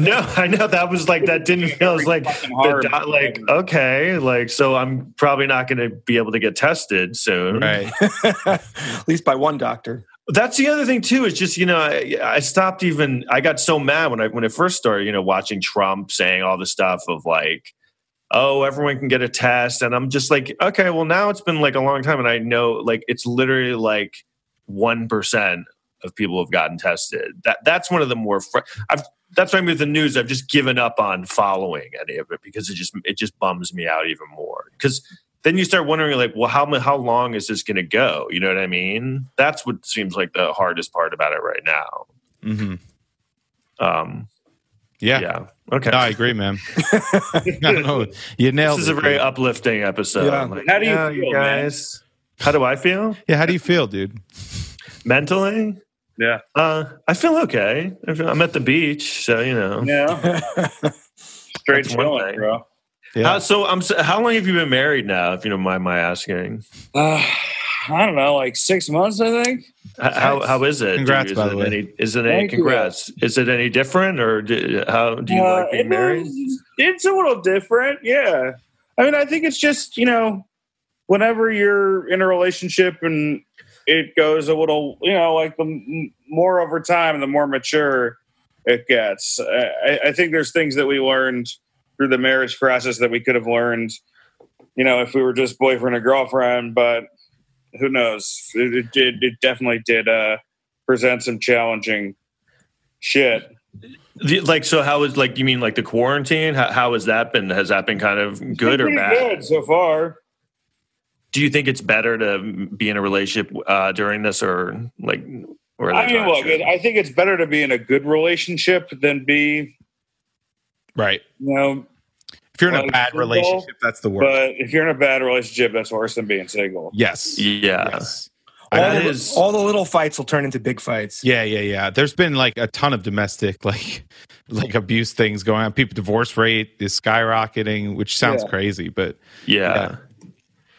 Speaker 1: No, I know that was like that didn't feel. I was like,
Speaker 4: Fucking hard.
Speaker 1: the doc- like okay, like so I'm probably not going to be able to get tested soon,
Speaker 2: right.
Speaker 3: At least by one doctor.
Speaker 1: That's the other thing too. Is just you know I, I stopped even. I got so mad when I when I first started. You know, watching Trump saying all the stuff of like, oh, everyone can get a test, and I'm just like, okay, well now it's been like a long time, and I know like it's literally like one percent of people have gotten tested. That that's one of the more. Fr- I've that's what I mean with the news. I've just given up on following any of it because it just it just bums me out even more because then you start wondering like well how mu- how long is this going to go you know what i mean that's what seems like the hardest part about it right now
Speaker 2: hmm
Speaker 1: um
Speaker 2: Yeah.
Speaker 1: yeah, okay
Speaker 2: No, I agree, man. no, no, you nailed
Speaker 1: this is
Speaker 2: it.
Speaker 1: a very
Speaker 2: dude.
Speaker 1: uplifting episode
Speaker 3: Yeah.
Speaker 1: Like,
Speaker 4: How do you
Speaker 1: yeah,
Speaker 4: feel, man?
Speaker 1: guys how do i feel
Speaker 2: yeah. How do you feel, dude?
Speaker 1: mentally
Speaker 4: Yeah.
Speaker 1: uh i feel okay I feel- i'm at the beach so you know
Speaker 4: Yeah. Straight
Speaker 1: um, That's one
Speaker 4: chilling,
Speaker 1: thing.
Speaker 4: bro.
Speaker 2: Yeah.
Speaker 1: How, so i'm s- how long have you been married now if you don't mind my asking
Speaker 4: Uh, I don't know, like six months, I think.
Speaker 1: H- how
Speaker 2: Nice.
Speaker 1: how is it? Do
Speaker 2: Congrats,
Speaker 1: you- Is
Speaker 2: by
Speaker 1: it
Speaker 2: the way.
Speaker 1: Any, is it any?
Speaker 4: Thank you.
Speaker 1: Congrats. Is it any different, or do, how do you
Speaker 4: Uh,
Speaker 1: like being
Speaker 4: it
Speaker 1: married?
Speaker 4: was- it's a little different, yeah. I mean, I think it's just you know, whenever you're in a relationship and it goes a little, you know, like the m- more over time, the more mature it gets. I, I- I think there's things that we learned through the marriage process that we could have learned, you know, if we were just boyfriend and girlfriend. But who knows? It, it did. It definitely did uh, present some challenging shit.
Speaker 1: The- Like, so how is like you mean like the quarantine? How, how has that been? Has that been kind of good or
Speaker 4: Pretty
Speaker 1: bad?
Speaker 4: Good so far.
Speaker 1: Do you think it's better to be in a relationship uh, during this or like? Or are
Speaker 4: I
Speaker 1: they
Speaker 4: mean,
Speaker 1: trying
Speaker 4: look,
Speaker 1: to-
Speaker 4: it, I think it's better to be in a good relationship than be,
Speaker 2: Right.
Speaker 4: you know.
Speaker 2: If you're in a
Speaker 4: Well,
Speaker 2: bad
Speaker 4: single,
Speaker 2: relationship, that's the worst.
Speaker 4: But if you're in a bad relationship, that's worse than being single.
Speaker 2: yes.
Speaker 1: yeah.
Speaker 2: Yes.
Speaker 3: All,
Speaker 1: That
Speaker 3: the,
Speaker 1: is-
Speaker 3: all the little fights will turn into big fights.
Speaker 2: Yeah, yeah, yeah. There's been like a ton of domestic like like abuse things going on. People divorce rate is skyrocketing, which sounds
Speaker 4: Yeah.
Speaker 2: crazy, but
Speaker 1: yeah.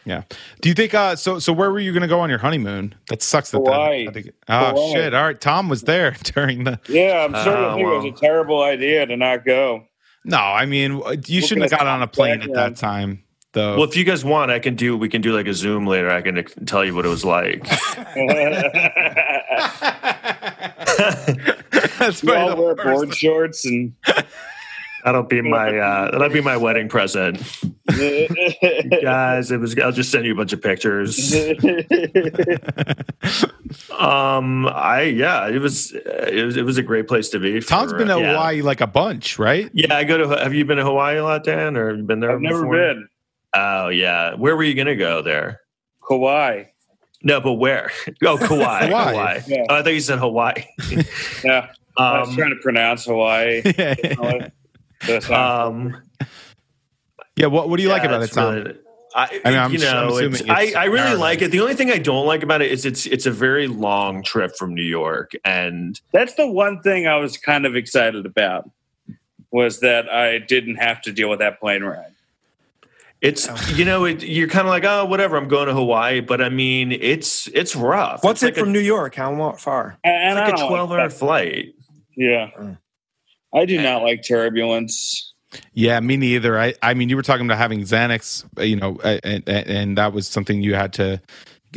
Speaker 2: yeah. Do you think uh so so where were you gonna go on your honeymoon? That sucks that
Speaker 4: Hawaii.
Speaker 2: that Oh
Speaker 4: Hawaii.
Speaker 2: shit. All right. Tom was there during the
Speaker 4: Yeah, I'm starting
Speaker 1: Ah,
Speaker 4: to think it
Speaker 1: well.
Speaker 4: was a terrible idea to not go.
Speaker 2: No, I mean you
Speaker 4: Look
Speaker 2: shouldn't have
Speaker 4: at
Speaker 2: got on a plane at that
Speaker 4: background.
Speaker 2: time though.
Speaker 1: Well, if you guys want, I can do. We can do like a Zoom later. I can ex- tell you what it was like.
Speaker 4: we
Speaker 2: That's
Speaker 4: all
Speaker 2: probably
Speaker 4: wear
Speaker 2: the worst.
Speaker 4: board shorts and
Speaker 1: That'll be my. Uh, that'll be my wedding present, guys. It was. I'll just send you a bunch of pictures. Um, I yeah, it was. It was. It was a great place to be.
Speaker 2: Tom's
Speaker 1: for-
Speaker 2: been to
Speaker 1: yeah.
Speaker 2: Hawaii like a bunch, right?
Speaker 1: Yeah, I go to. Have you been to Hawaii a lot, Dan, or have you been there?
Speaker 4: I've never
Speaker 1: before?
Speaker 4: been.
Speaker 1: Oh yeah, where were you gonna go there?
Speaker 4: Kauai.
Speaker 1: No, but where? Oh, Kauai.
Speaker 2: Hawaii.
Speaker 1: Hawaii.
Speaker 4: Yeah.
Speaker 1: Oh, I thought you said Hawaii.
Speaker 4: Yeah, I was
Speaker 1: Um,
Speaker 4: trying to pronounce Hawaii.
Speaker 2: yeah.
Speaker 4: That's not-
Speaker 1: um,
Speaker 2: What What do you like
Speaker 1: yeah,
Speaker 2: about it,
Speaker 1: it's
Speaker 2: Tom?
Speaker 1: really- I,
Speaker 2: I mean, I'm
Speaker 1: you
Speaker 2: su- I'm
Speaker 1: know,
Speaker 2: assuming
Speaker 1: it's-
Speaker 2: it's
Speaker 1: I, I really
Speaker 2: narrow.
Speaker 1: like it. The only thing I don't like about it is it's it's a very long trip from New York, and
Speaker 4: That's the one thing I was kind of excited about was that I didn't have to deal with that plane ride.
Speaker 1: it's
Speaker 2: Oh.
Speaker 1: you know it, you're kind of like oh whatever I'm going to Hawaii, but I mean it's it's rough.
Speaker 3: What's
Speaker 1: It's
Speaker 3: it
Speaker 1: like
Speaker 3: from New York? How mo- far?
Speaker 4: And
Speaker 1: A,
Speaker 4: I
Speaker 1: it's like a
Speaker 4: don't
Speaker 1: 12
Speaker 4: like
Speaker 1: hour
Speaker 4: that.
Speaker 1: flight.
Speaker 4: Yeah,
Speaker 3: Mm.
Speaker 4: I do not like turbulence.
Speaker 2: Yeah, me neither. I, I mean, you were talking about having Xanax, uh, you know, uh, and, and, and that was something you had to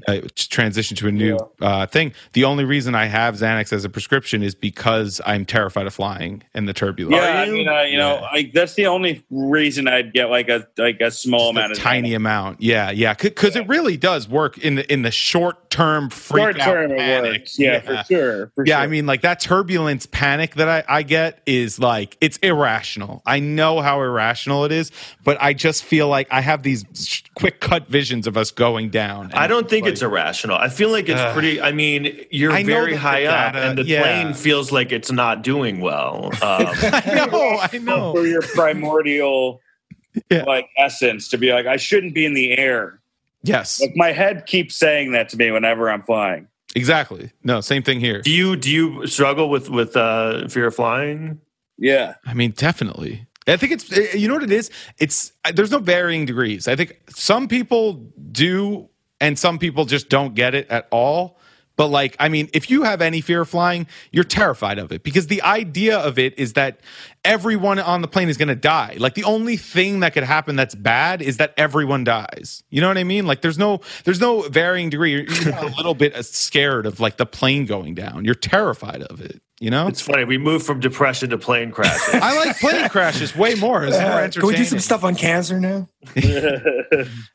Speaker 2: uh, t- transition to a new uh, thing. The only reason I have Xanax as a prescription is because I'm terrified of flying and the turbulence.
Speaker 4: Yeah,
Speaker 1: Are
Speaker 4: I
Speaker 1: you?
Speaker 4: mean, I, you know,
Speaker 2: Yeah.
Speaker 4: like that's the only reason I'd get like a like a
Speaker 2: Just
Speaker 4: small amount
Speaker 2: a
Speaker 4: of
Speaker 2: tiny amount. Yeah, yeah, because it really does work in the in the short term freak
Speaker 4: short
Speaker 2: out
Speaker 4: term it
Speaker 2: panic.
Speaker 4: works. Yeah, for sure. For
Speaker 2: yeah,
Speaker 4: sure.
Speaker 2: I mean, like that turbulence panic that I, I get is like it's irrational. I know how irrational it is, but I just feel like I have these sh- quick cut visions of us going down. and
Speaker 1: I don't think
Speaker 2: like-
Speaker 1: it's irrational. I feel like it's
Speaker 2: Ugh.
Speaker 1: pretty. I mean, you're
Speaker 2: I know
Speaker 1: very
Speaker 2: that the
Speaker 1: high up,
Speaker 2: data-
Speaker 1: and the
Speaker 2: yeah.
Speaker 1: plane feels like it's not doing well. Um,
Speaker 2: I know, oh, I
Speaker 4: for
Speaker 2: know.
Speaker 4: your primordial
Speaker 2: Yeah.
Speaker 4: like essence to be like, I shouldn't be in the air.
Speaker 2: Yes,
Speaker 4: Like my head keeps saying that to me whenever I'm flying.
Speaker 2: exactly. No, same thing here.
Speaker 1: do you do you struggle with with uh, fear of flying?
Speaker 4: Yeah.
Speaker 2: I mean, definitely. I think it's eh, you know what it is. It's I- there's no varying degrees. I think some people do, and some people just don't get it at all. But like, I mean, if you have any fear of flying, you're terrified of it because the idea of it is that everyone on the plane is going to die. Like the only thing that could happen that's bad is that everyone dies. You know what I mean? Like there's no there's no varying degree. You're, you're not a little bit scared of like the plane going down. You're terrified of it. You know,
Speaker 1: It's funny. We moved from depression to plane crashes.
Speaker 2: I like plane crashes way more. It's more
Speaker 3: Uh,
Speaker 2: entertaining.
Speaker 3: can we do some stuff on cancer now?
Speaker 4: Can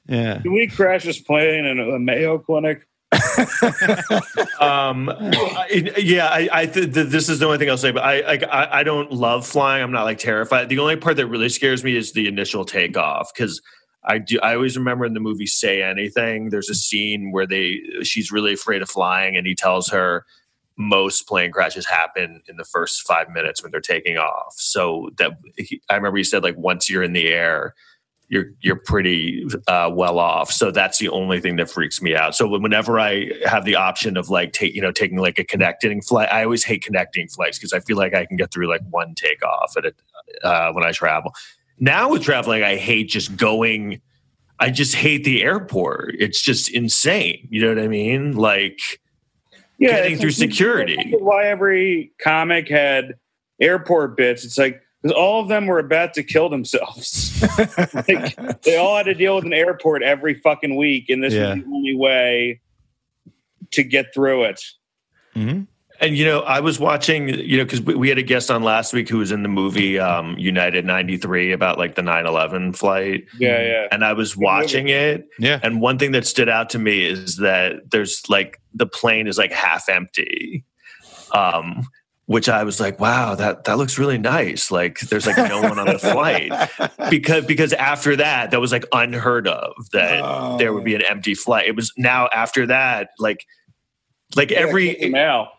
Speaker 2: Yeah.
Speaker 4: we crash this plane in a Mayo clinic?
Speaker 1: um, I- yeah, I, I th- th- this is the only thing I'll say. But I, like, I I don't love flying. I'm not like terrified. The only part that really scares me is the initial takeoff because. I do. I always remember in the movie "Say Anything." There's a scene where they she's really afraid of flying, and he tells her, most plane crashes happen in the first five minutes when they're taking off. So that he, I remember you said like once you're in the air, you're you're pretty uh, well off. So that's the only thing that freaks me out. So when- whenever I have the option of like take you know taking like a connecting flight, I always hate connecting flights because I feel like I can get through like one takeoff at a, uh, when I travel. Now with traveling, I hate just going. I just hate the airport. It's just insane. You know what I mean? Like
Speaker 4: Yeah,
Speaker 1: Getting
Speaker 4: it's
Speaker 1: through
Speaker 4: like-
Speaker 1: security.
Speaker 4: that's Why every comic had airport bits? It's like because all of them were about to kill themselves. like, they all had to deal with an airport every fucking week, and this
Speaker 2: Yeah.
Speaker 4: was the only way to get through it.
Speaker 2: Mm-hmm.
Speaker 1: And you know, I was watching, you know, because we, we had a guest on last week who was in the movie um, United '93 about like the 9/11 flight,
Speaker 4: Yeah, yeah.
Speaker 1: and I was watching it.
Speaker 2: Yeah.
Speaker 1: And one thing that stood out to me is that there's like the plane is like half empty, um, which I was like, wow, that that looks really nice. Like there's like no one on the flight because because after that, that was like unheard of that
Speaker 3: Oh.
Speaker 1: Uh, there would be an empty flight. It was now after that, like like
Speaker 4: Every
Speaker 1: every
Speaker 4: now.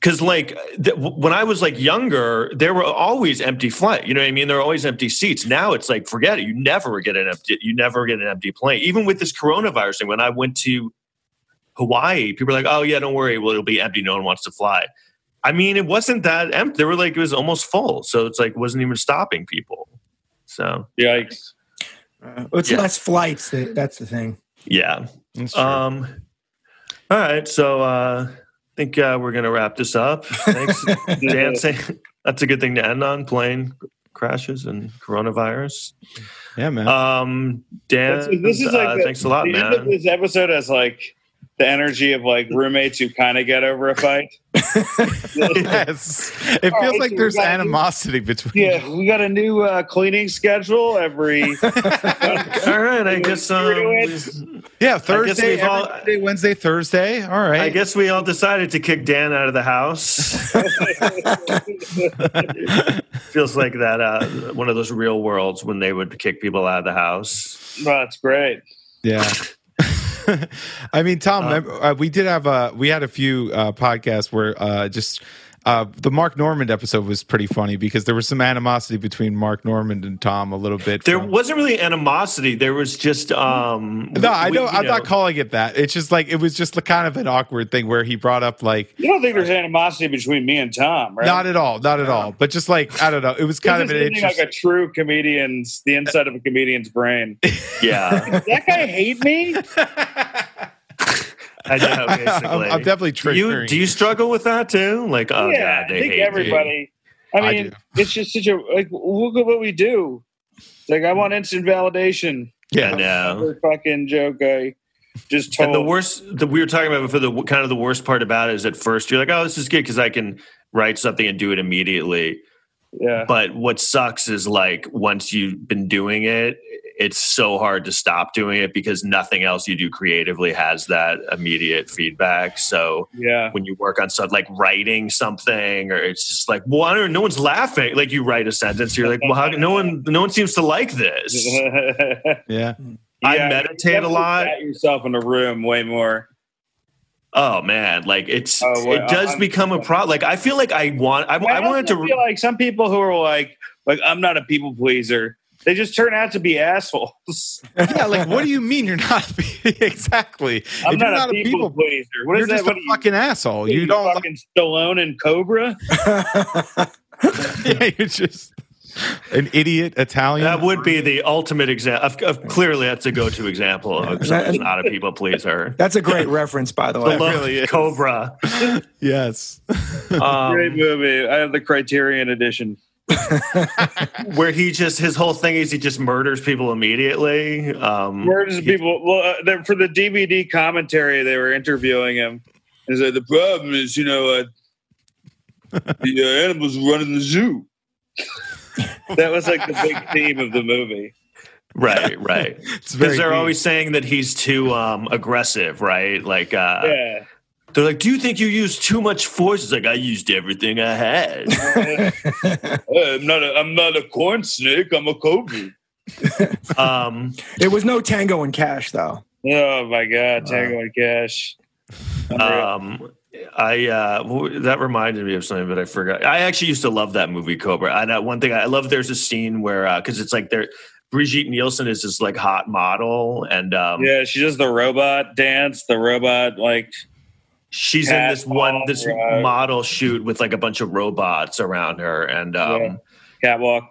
Speaker 1: because like th- when i was like younger there were always empty flight you know what i mean there were always empty seats now it's like forget it you never get an empty you never get an empty plane even with this coronavirus thing when i went to hawaii people were like oh yeah don't worry well it'll be empty no one wants to fly i mean it wasn't that empty they were like it was almost full so it's like it wasn't even stopping people so
Speaker 4: Yikes.
Speaker 3: Uh, it's
Speaker 1: Yeah.
Speaker 3: less flights. That, that's the thing.
Speaker 1: yeah
Speaker 2: That's true.
Speaker 1: um all right so uh I think uh, we're gonna wrap this up. Thanks, dancing. That's a good thing to end on. Plane crashes and coronavirus.
Speaker 2: yeah, man.
Speaker 1: Um, Dan,
Speaker 4: This- this is like
Speaker 1: uh,
Speaker 4: the-
Speaker 1: thanks a lot,
Speaker 4: the end of
Speaker 1: man.
Speaker 4: this episode has like the energy of like roommates who kind of get over a fight.
Speaker 2: yes. It
Speaker 4: All
Speaker 2: feels
Speaker 4: right,
Speaker 2: like
Speaker 4: so
Speaker 2: there's
Speaker 4: we got-
Speaker 2: animosity between.
Speaker 4: yeah, we got a new uh, cleaning schedule every.
Speaker 1: All right, I guess. Um, we-
Speaker 2: Yeah, Thursday,
Speaker 1: we've all-
Speaker 2: every Monday, Wednesday, Thursday. All right.
Speaker 1: I guess we all decided to kick Dan out of the house. Feels like that uh, one of those real worlds when they would kick people out of the house.
Speaker 4: That's great.
Speaker 2: Yeah. I mean, Tom,
Speaker 1: Uh,
Speaker 2: remember, uh, we did have uh, we had a few uh, podcasts where uh, just uh, the Mark Normand episode was pretty funny because there was some animosity between Mark Normand and Tom a little bit.
Speaker 1: There
Speaker 2: from-
Speaker 1: wasn't really animosity. There was just um,
Speaker 2: no, I
Speaker 1: we-
Speaker 2: know,
Speaker 1: you
Speaker 2: I'm not calling it that. It's just like it was just the kind of an awkward thing where he brought up like
Speaker 4: You don't think there's animosity between me and Tom, right?
Speaker 2: not at all, not at all, but just like I don't know, it was
Speaker 4: This
Speaker 2: kind
Speaker 4: is
Speaker 2: of an
Speaker 4: something
Speaker 2: interesting.
Speaker 4: like a true comedian's the inside of a comedian's brain. Did
Speaker 1: Yeah,
Speaker 4: that guy hate
Speaker 1: Oh, I
Speaker 4: me?
Speaker 1: know. Basically,
Speaker 2: I'm, I'm definitely
Speaker 1: Do
Speaker 2: triggering.
Speaker 1: you do you struggle with that too? Like, oh
Speaker 4: yeah,
Speaker 1: god,
Speaker 4: I
Speaker 1: they
Speaker 4: think
Speaker 1: hate everybody.
Speaker 4: everybody. I
Speaker 2: I
Speaker 4: mean,
Speaker 2: do.
Speaker 4: it's just such a like. Look at what we do. It's like I want instant validation.
Speaker 1: I
Speaker 2: yeah,
Speaker 1: know.
Speaker 4: Every fucking joke I just told.
Speaker 1: And the worst, the, we were talking about before. The kind of the worst part about it is at first you're like, oh, this is good because I can write something and do it immediately.
Speaker 4: yeah.
Speaker 1: But what sucks is like once you've been doing it, it's so hard to stop doing it because nothing else you do creatively has that immediate feedback. So
Speaker 4: Yeah.
Speaker 1: when you work on stuff like writing something, or it's just like, well, I don't know, no one's laughing. Like you write a sentence, you're like, well, how, no one, no one seems to like this.
Speaker 2: yeah.
Speaker 1: I
Speaker 4: Yeah,
Speaker 1: meditate
Speaker 4: you
Speaker 1: a
Speaker 4: definitely
Speaker 1: lot.
Speaker 4: pat yourself in a room way more.
Speaker 1: Oh man, like it's
Speaker 4: Oh, well,
Speaker 1: it does
Speaker 4: I'm-
Speaker 1: become a problem. Like I feel like I want I, I
Speaker 4: also
Speaker 1: wanted to.
Speaker 4: feel like some people who are like, like I'm not a people pleaser. They just turn out to be assholes.
Speaker 2: Yeah, like what do you mean you're not exactly?
Speaker 4: I'm
Speaker 2: if you're
Speaker 4: not, a people, pleaser. What
Speaker 2: you're
Speaker 4: is that?
Speaker 2: just
Speaker 4: What
Speaker 2: a
Speaker 4: are you,
Speaker 2: fucking asshole.
Speaker 4: what are
Speaker 2: You don't.
Speaker 4: fucking Stallone and Cobra.
Speaker 2: yeah, you're just an idiot Italian.
Speaker 1: that would be the ultimate example. Of, of, clearly, that's a go-to example of someone who's not a people pleaser.
Speaker 3: That's a great reference, by the way.
Speaker 1: Below
Speaker 2: really is.
Speaker 1: Cobra.
Speaker 2: yes.
Speaker 4: Great
Speaker 1: Um,
Speaker 4: movie. I have the Criterion edition.
Speaker 1: where he just his whole thing is he just murders people immediately. Um,
Speaker 4: Where does people? Well, uh, they're- for the DVD commentary, they were interviewing him. And said the problem is, you know, uh, the uh, animals running the zoo. that was like the big theme of the movie.
Speaker 1: right, right.
Speaker 2: It's very
Speaker 1: Because they're
Speaker 2: mean.
Speaker 1: always saying that he's too um, aggressive, right? Like uh,
Speaker 4: Yeah.
Speaker 1: they're like, "Do you think you used too much force?" He's like, "I used everything I had."
Speaker 4: I'm not. A, I'm not a corn snake. I'm a cobra.
Speaker 1: Um,
Speaker 3: It was no tango and cash, though.
Speaker 4: Oh my god, Tango and Cash.
Speaker 1: Um, I uh, w- that reminded me of something, but I forgot. I actually used to love that movie Cobra. And uh, one thing I love, there's a scene where because it's like there, Brigitte Nielsen is this like hot model, and um,
Speaker 4: yeah, she does the robot dance. The robot like
Speaker 1: she's
Speaker 4: Cat
Speaker 1: in this one
Speaker 4: ball,
Speaker 1: this
Speaker 4: right.
Speaker 1: model shoot with like a bunch of robots around her, and um,
Speaker 4: Yeah. catwalk.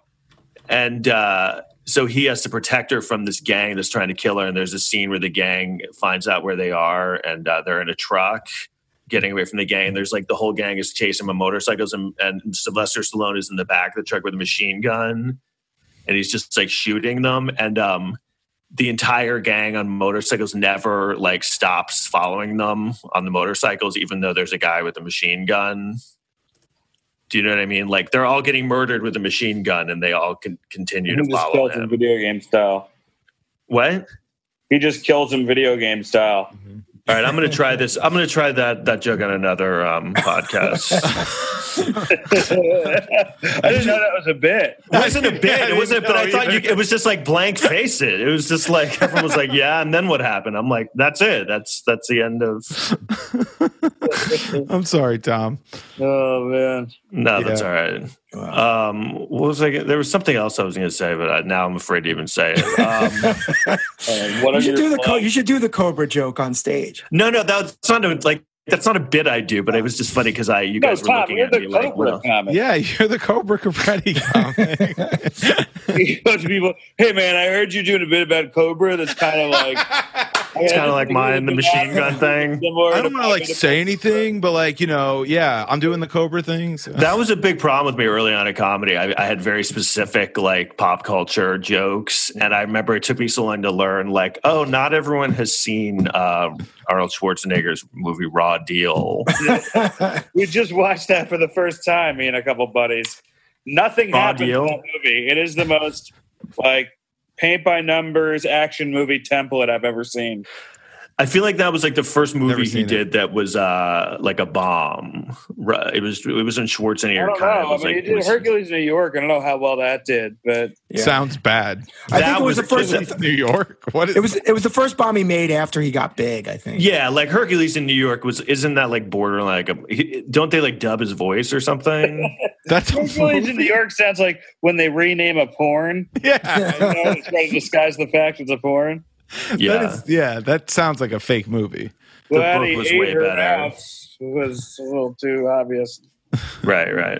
Speaker 1: and uh, so he has to protect her from this gang that's trying to kill her. And there's a scene where the gang finds out where they are, and uh, they're in a truck getting away from the gang. There's like the whole gang is chasing him on motorcycles, and, and Sylvester Stallone is in the back of the truck with a machine gun, and he's just like shooting them. And um, the entire gang on motorcycles never like stops following them on the motorcycles, even though there's a guy with a machine gun. Do you know what I mean? Like they're all getting murdered with a machine gun, and they all can continue to
Speaker 4: He just
Speaker 1: follow
Speaker 4: kills him
Speaker 1: him.
Speaker 4: video game style.
Speaker 1: What?
Speaker 4: He just kills him video game style.
Speaker 1: All right, I'm gonna try this. I'm gonna try that that joke on another um, podcast.
Speaker 4: I didn't know that was a bit.
Speaker 1: It wasn't a bit.
Speaker 2: Yeah, I
Speaker 1: it wasn't.
Speaker 2: didn't
Speaker 1: But I
Speaker 2: know
Speaker 1: thought you,
Speaker 2: either.
Speaker 1: it was just like blank face. It. It was just like everyone was like, "Yeah," and then what happened? I'm like, "That's it. That's that's the end of."
Speaker 2: I'm sorry, Tom.
Speaker 4: Oh man.
Speaker 1: No, that's
Speaker 2: Yeah.
Speaker 1: all right.
Speaker 3: Wow.
Speaker 1: Um, what was I? gonna- There was something else I was going to say, but I, now I'm afraid to even say it. Um,
Speaker 4: Uh, what are
Speaker 3: you should
Speaker 4: your
Speaker 3: do the co-
Speaker 4: plugs?
Speaker 3: you should do the cobra joke on stage.
Speaker 1: no, no, that's not a, like that's not a bit I do, but it was just funny because I you
Speaker 4: No,
Speaker 1: guys were
Speaker 4: Tom,
Speaker 1: looking
Speaker 4: you're
Speaker 1: at
Speaker 4: the
Speaker 1: me like,
Speaker 4: Cobra
Speaker 1: well,
Speaker 4: comic.
Speaker 2: Yeah, you're the Cobra Capretti comic.
Speaker 4: He goes to people, hey man, I heard you doing a bit about Cobra. That's kind of like
Speaker 1: it's kind of like mine, the machine gun thing.
Speaker 2: I don't want to like say anything, but like you know, yeah, I'm doing the Cobra things.
Speaker 1: That was a big problem with me early on in comedy. I, I had very specific like pop culture jokes, and I remember it took me so long to learn. Like, oh, not everyone has seen uh, Arnold Schwarzenegger's movie Raw Deal.
Speaker 4: We just watched that for the first time, me and a couple buddies. Nothing
Speaker 1: Raw
Speaker 4: happened
Speaker 1: deal.
Speaker 4: in that movie. It is the most like paint by numbers action movie template I've ever seen.
Speaker 1: I feel like that was like the first movie he
Speaker 2: seen it.
Speaker 1: did that was uh, like a bomb. Ru- It was it was in
Speaker 4: I
Speaker 1: Schwarzenegger.
Speaker 4: don't know.
Speaker 1: kind of
Speaker 4: I
Speaker 1: was
Speaker 4: mean,
Speaker 1: like,
Speaker 4: he
Speaker 1: it
Speaker 4: did
Speaker 1: was-
Speaker 4: Hercules New York. I don't know how well that did, but
Speaker 3: Yeah.
Speaker 2: Sounds bad.
Speaker 3: I
Speaker 1: That
Speaker 3: think it was,
Speaker 1: was-
Speaker 3: the first.
Speaker 2: It's New York. What is
Speaker 3: It was it was the first bomb he made after he got big. I think.
Speaker 1: yeah, like Hercules in New York was isn't that like borderline? Like a, he- don't they like dub his voice or something?
Speaker 2: that's a
Speaker 4: Hercules in New
Speaker 2: movie?
Speaker 4: York sounds like when they rename a porn.
Speaker 2: Yeah,
Speaker 4: You know, to try to disguise the fact it's a porn.
Speaker 1: yeah,
Speaker 2: That is, yeah, that sounds like a fake movie.
Speaker 1: The
Speaker 4: Glad
Speaker 1: book
Speaker 4: he
Speaker 1: was
Speaker 4: ate
Speaker 1: way
Speaker 4: her
Speaker 1: better.
Speaker 4: out was a little too obvious.
Speaker 1: right, right.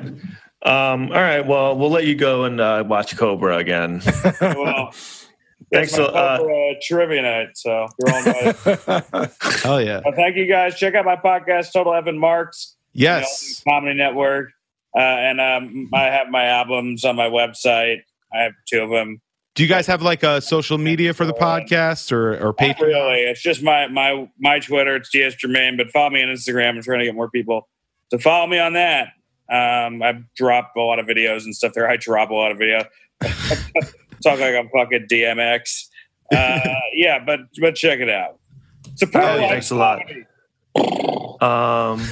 Speaker 1: Um, all right, well, we'll let you go and uh, watch Cobra again.
Speaker 4: Well,
Speaker 1: Thanks.
Speaker 4: that's my
Speaker 1: a- Uh,
Speaker 4: proper, uh, trivia night. So you're all invited.
Speaker 2: Hell yeah.
Speaker 4: Well, thank you guys. Check out my podcast, Total F and Marks,
Speaker 2: Yes.
Speaker 4: you know, Comedy Network, uh, and um, I have my albums on my website. I have two of them.
Speaker 2: Do you guys have like a social media for the podcast or or
Speaker 4: Not
Speaker 2: Patreon?
Speaker 4: really, it's just my my my Twitter. It's DS Germain, but follow me on Instagram. I'm trying to get more people to follow me on that. Um, I drop a lot of videos and stuff there. I drop a lot of video. Talk like I'm fucking DMX. Uh, yeah, but but check it out. Support.
Speaker 1: Oh,
Speaker 4: live
Speaker 1: thanks a lot.
Speaker 4: comedy.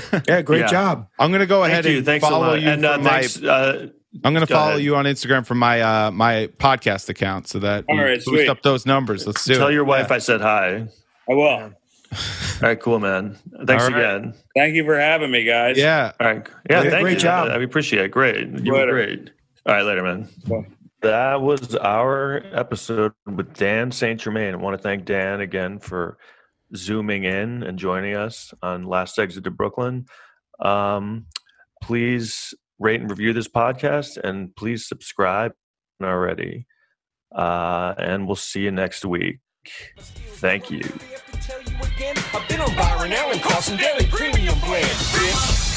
Speaker 1: um,
Speaker 3: Yeah, great
Speaker 1: Yeah.
Speaker 3: job.
Speaker 2: I'm gonna go ahead
Speaker 1: thank you.
Speaker 2: and
Speaker 1: Thanks a
Speaker 2: follow
Speaker 1: lot.
Speaker 2: you.
Speaker 1: And uh,
Speaker 2: from my-
Speaker 1: thanks. Uh,
Speaker 2: I'm gonna
Speaker 1: go
Speaker 2: follow
Speaker 1: ahead.
Speaker 2: you on Instagram from my uh my podcast account so that we
Speaker 4: All right,
Speaker 2: boost
Speaker 4: sweet.
Speaker 2: up those numbers. Let's do
Speaker 1: tell
Speaker 2: it.
Speaker 1: your wife I said hi.
Speaker 4: I will.
Speaker 1: All right, cool, man. Thanks
Speaker 2: All right.
Speaker 1: again.
Speaker 4: Thank you for having me, guys.
Speaker 2: Yeah.
Speaker 1: All right. Yeah,
Speaker 3: Yeah,
Speaker 1: thank
Speaker 3: great
Speaker 1: you.
Speaker 3: job.
Speaker 1: I appreciate it. Great. You were
Speaker 4: Later.
Speaker 1: great. All right, later, man.
Speaker 4: Bye.
Speaker 5: That was our episode with Dan St. Germain. I want to thank Dan again for zooming in and joining us on Last Exit to Brooklyn. Um, please rate and review this podcast and please subscribe already. Uh, and we'll see you next week. Thank you.
Speaker 6: I've been on Byron Allen Carson Daily Premium Blend, bitch.